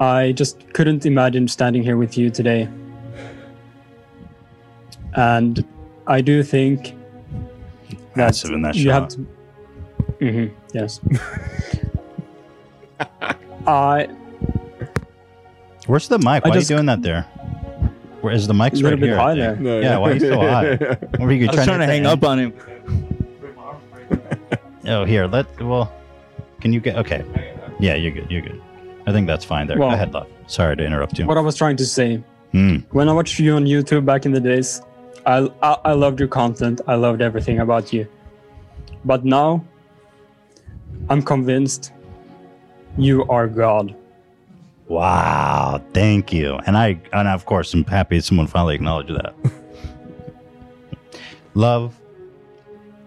I just couldn't imagine standing here with you today. And I do think
Massive in that
you have
shot.
to. Mhm, yes. I
Where's the mic?
I
Why
just-
are you doing that there? Where is the mic?
A
right
little bit
here, I
high
think.
there. No,
yeah,
no.
why are you so high? What are you
I was trying to hang up
on him. Oh, here. Let well. Can you get okay? Yeah, you're good. You're good. I think that's fine there.
Well-
Go ahead, love. Sorry to interrupt you.
what I was trying to say.
Hmm.
When I watched you on YouTube back in the days, I, I I loved your content. I loved everything about you. But now, I'm convinced you are God.
Wow, thank you. And I and of course I'm happy someone finally acknowledged that. Love,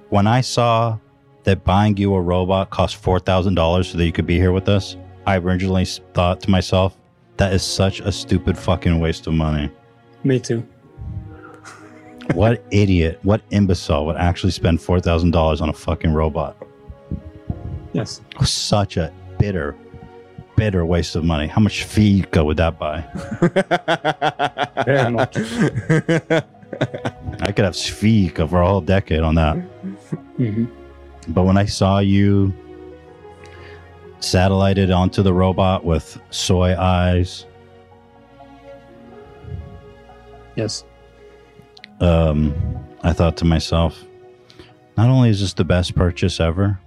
when I saw that buying you a robot cost four thousand dollars so that you could be here with us, I originally s- thought to myself, that is such a stupid fucking waste of money.
Me too.
What idiot, what imbecile would actually spend four thousand dollars on a fucking robot?
Yes.
Such a bitter, bitter waste of money. How much fika would that buy?
Very much.
I could have Svika for a whole decade on that.
Mhm.
But when I saw you satellited onto the robot with soy eyes,
Yes.
um, I thought to myself, not only is this the best purchase ever,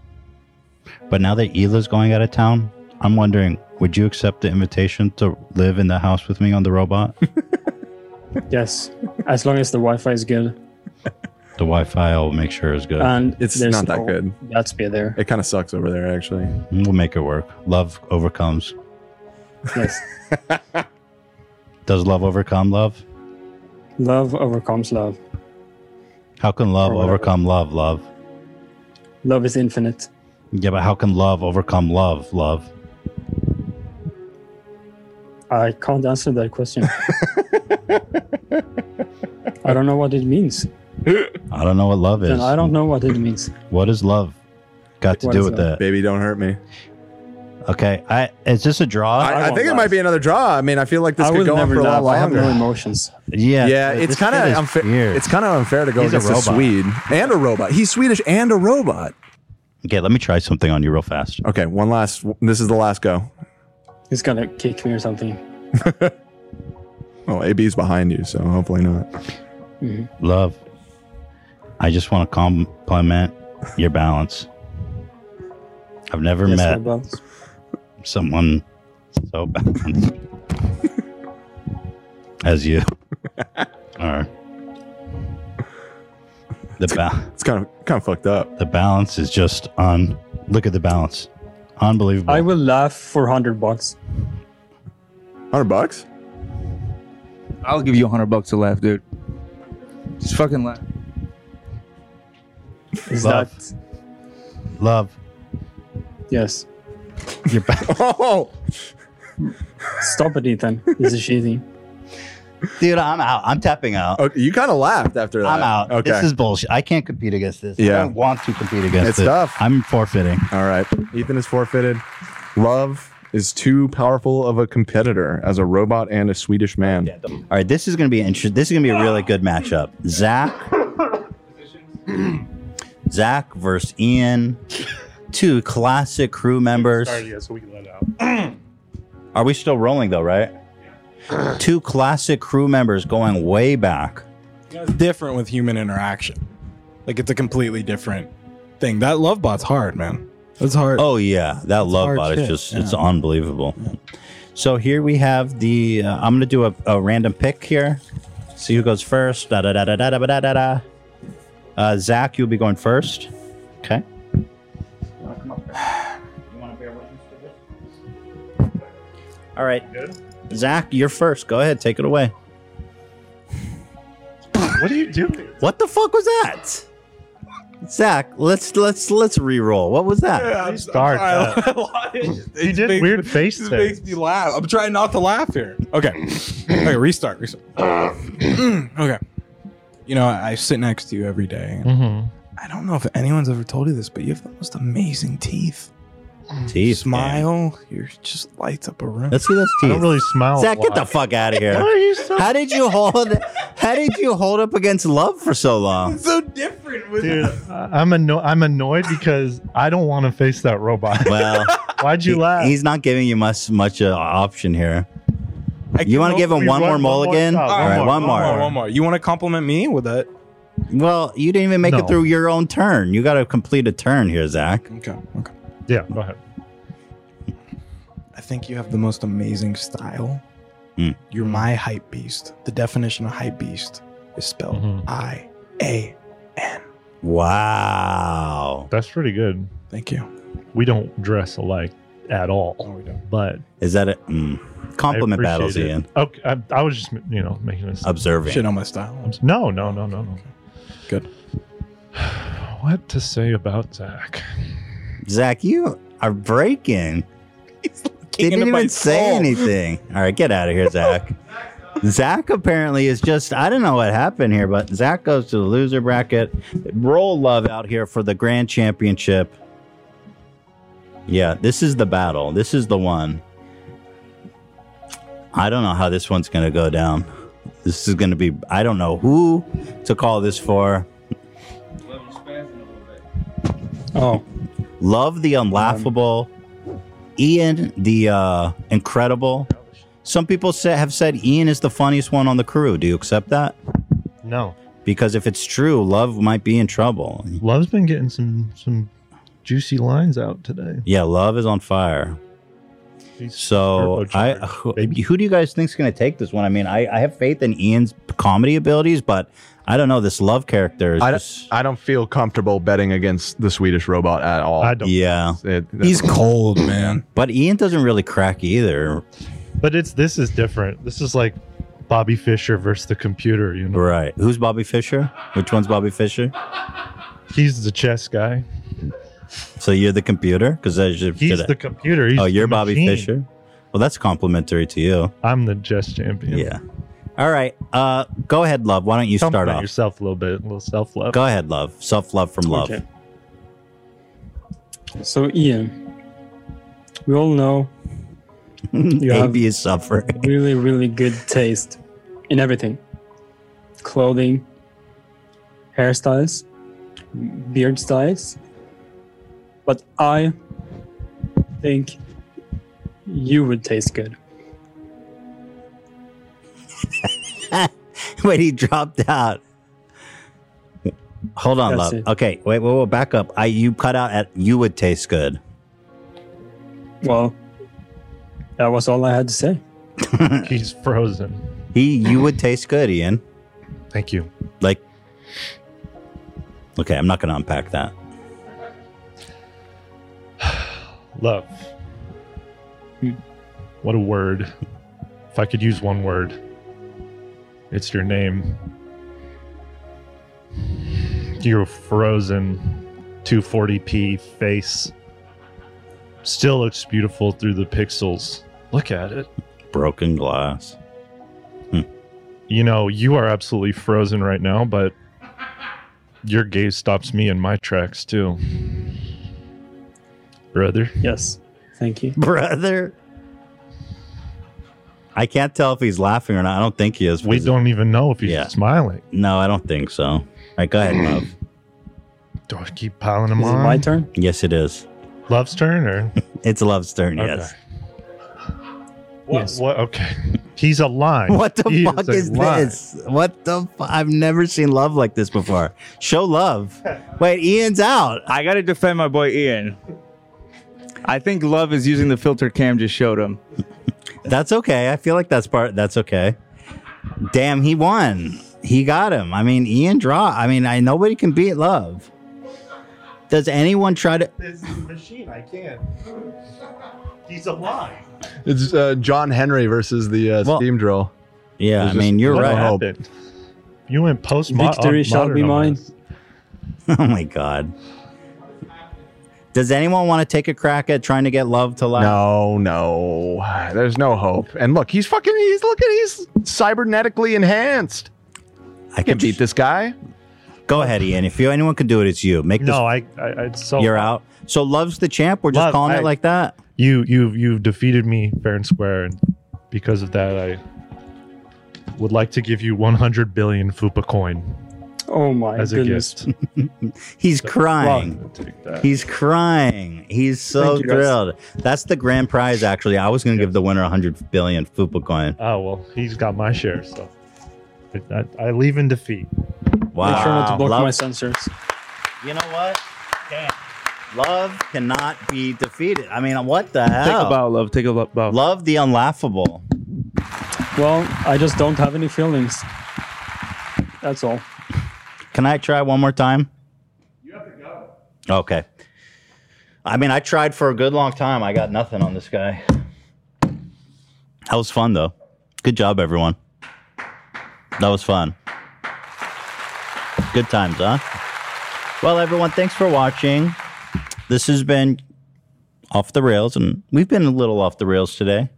but now that Ela's going out of town, I'm wondering, would you accept the invitation to live in the house with me on the robot?
Yes. As long as the Wi-Fi is good.
the Wi-Fi, I'll make sure is good.
And
It's
there's
not that
no
good.
That's be there.
It kind of sucks over there, actually.
We'll make it work. Love overcomes.
Yes.
Does love overcome love?
love overcomes love.
How can love
Or whatever.
overcome love, love?
Love is infinite.
Yeah, but how can love overcome love, love?
I can't answer that question. I don't know what it means.
I don't know what love is.
And I don't know what it means.
What is love got to
What
do
is
with
love?
that? Baby, don't hurt me. Okay, I is this a draw?
I, I think it might be another draw. I mean, I feel like this
I
could
will
go on
never
for a lot
laugh. I have
longer.
no
emotions.
Yeah,
yeah.
this
It's
kid
kind of
is
unfair.
weird.
It's kind of unfair to go
He's a
against a,
robot.
Swede and a robot. He's Swedish and a robot.
Okay, let me try something on you real fast.
Okay, one last. This is the last go.
He's gonna kick me or something.
Well, AB's behind you, so hopefully not.
Mm-hmm.
Love, I just want to compliment your balance. I've never
Yes, my
met someone so balanced as you are. The ba- it's kind of kind of fucked up. The balance is just on. Look at the balance, unbelievable.
I will laugh for hundred bucks.
Hundred bucks.
I'll give you a hundred bucks to laugh, dude. Just fucking laugh.
Is
Love.
that
Love.
yes?
You're back.
oh! Stop it, Ethan. This is cheating.
Dude, I'm out. I'm tapping out.
Okay, Oh, you kind of laughed after that.
I'm out.
Okay.
This is bullshit. I can't compete against this.
Yeah.
I don't want to compete against
It's
it.
tough.
I'm forfeiting.
All right. Ethan is forfeited. Love is too powerful of a competitor as a robot and a Swedish man.
All right. This is going to be interesting. This is going to be a really good matchup. Zach. Zach versus Ian. Two classic crew members.
Sorry, yeah, so we can let out.
Are we still rolling though, right? Two classic crew members going way back.
It's different with human interaction. Like it's a completely different thing. That love bot's hard, man. That's hard.
Oh yeah, that love
hard
bot is
shit,
just
yeah.
it's unbelievable. So here we have the uh, I'm going to do a, a random pick here. See who goes first. Da da da da da da da da. da. Uh, Zach, you'll be going first. Okay. All right. Zach, you're first. Go ahead, take it away.
What are you doing?
What the fuck was that? Zach, let's let's let's re-roll. What was that?
He did weird face
This
things.
makes me laugh. I'm trying not to laugh here. Okay. okay, restart. Restart. okay. You know, I, I sit next to you every day. I don't know if anyone's ever told you this, but you have the most amazing teeth.
Teeth.
Smile. You're just lights up a room.
Let's see those
I don't really smile.
Zach, get the fuck out of here.
Why are you so-
how did you hold? How did you hold up against love for so long?
so different with
Dude, I- I'm anno- I'm annoyed because I don't want to face that robot.
Well,
why'd you
he-
laugh?
He's not giving you much much uh, option here. You want to
can
give him
only
one more
run one more
mulligan?
shot.
All
One
right, one
more, one
more.
more, one more. You want to compliment me with that?
Well, you didn't even make
No.
it through your own turn. You got to complete a turn here, Zach.
Okay. Okay.
Yeah, go ahead.
I think you have the most amazing style.
Mm.
You're my hype beast. The definition of hype beast is spelled
Mm-hmm.
I A.
Wow.
That's pretty good.
Thank you.
We don't dress alike at all. we don't. But
Is that it? Mm. Compliment
I appreciate
battles,
it.
Ian.
Okay, I, I was just you know making this
Observing.
Shit on my style.
No, no, no, no, no.
Good.
What to say about Zach?
Zach, you are breaking. Didn't
into my
even say
soul.
anything. All right, get out of here, Zach. Zach apparently is just, I don't know what happened here, but Zach goes to the loser bracket. Roll love out here for the grand championship. Yeah, this is the battle. This is the one. I don't know how this one's going to go down. This is going to be, I don't know who to call this for.
Oh.
Love the unlaughable. Ian the uh, incredible. Some people say, have said Ian is the funniest one on the crew. Do you accept that?
No,
Because if it's true, Love might be in trouble.
Love's been getting some some juicy lines out today.
Yeah, Love is on fire. So I, who, who do you guys think's going to take this one? I mean, I, I have faith in Ian's comedy abilities, but I don't know this Love character. Is
I
just-
don't, I don't feel comfortable betting against the Swedish robot at all. I
don't.
Yeah.
He's cold, man.
But Ian doesn't really crack either.
But it's this is different. This is like Bobby Fischer versus the computer. You know,
right? Who's Bobby Fischer? Which one's Bobby Fischer?
He's the chess guy.
So you're the computer because
He's the computer. He's
oh, you're
the
Bobby
machine.
Fischer. Well, that's complimentary to you.
I'm the chess champion.
Yeah. All right. Uh, go ahead, love. Why don't you start
Compliment
off?
yourself a little bit, a little self love.
Go ahead, love. Self love from love.
Okay. So Ian, we all know you have
AB is suffering.
really, really good taste in everything. Clothing, hairstyles, beard styles. But I think you would taste good.
wait, he dropped out. Hold on,
That's
love.
it.
Okay, wait, wait, wait, back up. I you cut out at you would taste good.
Well, that was all I had to say.
He's frozen.
He you would taste good, Ian.
Thank you.
Like Okay, I'm not gonna unpack that.
Love. What a word. If I could use one word, it's your name. Your frozen 240p face still looks beautiful through the pixels. Look at it.
Broken glass. Hmm.
You know, you are absolutely frozen right now, but your gaze stops me in my tracks too. Brother.
Yes. Thank you.
Brother. I can't tell if he's laughing or not. I don't think he is. We don't
even know if he's smiling.
No, I don't think so. All right, go ahead, love.
Do I keep piling them
Is it
on?
my turn?
Yes, it is.
Love's turn, or
it's Love's turn.
Okay.
Yes.
What? What? Okay. He's alive.
What the
He
fuck is,
alive.
this? What the? Fu- I've never seen love like this before. Show love. Wait, Ian's out.
I got to defend my boy Ian. I think Love is using the filter Cam just showed him.
That's okay. I feel like that's part. That's okay. Damn, he won. He got him. I mean, Ian draw. I mean, I nobody can beat love. Does anyone try to?
This is a machine. I can't. He's alive.
It's uh, John Henry versus the uh, steam drill.
Yeah,
There's just no hope.
You went uh, post
Victory shall be mine. Oh my god. Does anyone want to take a crack at trying to get love to laugh?
No, no. There's no hope. And look, he's fucking. He's looking. He's cybernetically enhanced.
I can beat
this guy.
Go ahead, Ian. If you anyone can do it, it's you. Make this.
No, I. I, I so
You're out. So love's the champ. We're just
Love,
calling
I-
it like that.
You you you've defeated me fair and square, and because of that, I would like to give you 100 billion fupa coin.
Oh my
As a
goodness.
He's
So-
crying.
Well, take that.
He's crying. He's so
Thank you, guys.
thrilled. That's the grand prize. Actually, I was going to give the winner 100 billion fupa coin.
Oh well, he's got my share, so I, I leave in defeat.
Wow.
Make sure not to block
Love-
my sensors.
You know what? Damn. Love cannot be defeated. I mean, what the hell?
Take a bow,
love. Take a bow.
Oh. Love the unlaughable.
Well, I just don't have any feelings. That's all.
Can I try one more time? You have to go. Okay. I mean, I tried for a good long time. I got nothing on this guy. That was fun, though. Good job, everyone. That was fun. Good times, huh? Well, everyone, thanks for watching. This has been off the rails, and we've been a little off the rails today.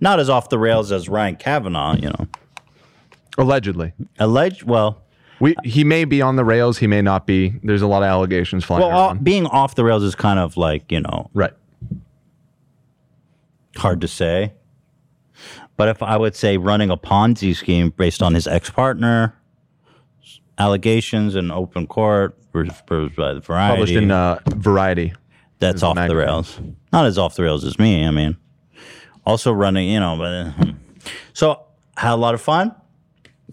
Not as off the rails as Ryan Kavanaugh, you know.
Allegedly.
Alleged. Well,
we he may be on the rails. He may not be. There's a lot of allegations flying
Well,
around.
all, being off the rails is kind of like you know,
right?
Hard to say. But if I would say running a Ponzi scheme based on his ex partner, allegations in open court, was proved by the Variety,
Published in uh, Variety.
that's off the rails. Not as off the rails as me. I mean, also running, you know. But uh, so had a lot of fun.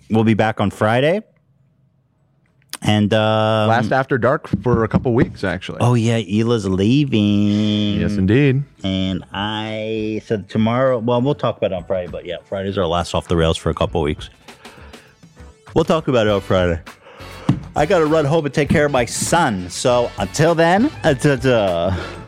We'll be back on Friday. And uh,
Last after dark for a couple weeks, actually.
Oh yeah, Ela's leaving. Yes,
indeed.
And I so tomorrow. Well, we'll talk about it on Friday, but yeah, Friday's our last off the rails for a couple weeks. We'll talk about it on Friday. I gotta run home and take care of my son. So until then, uh, duh, duh.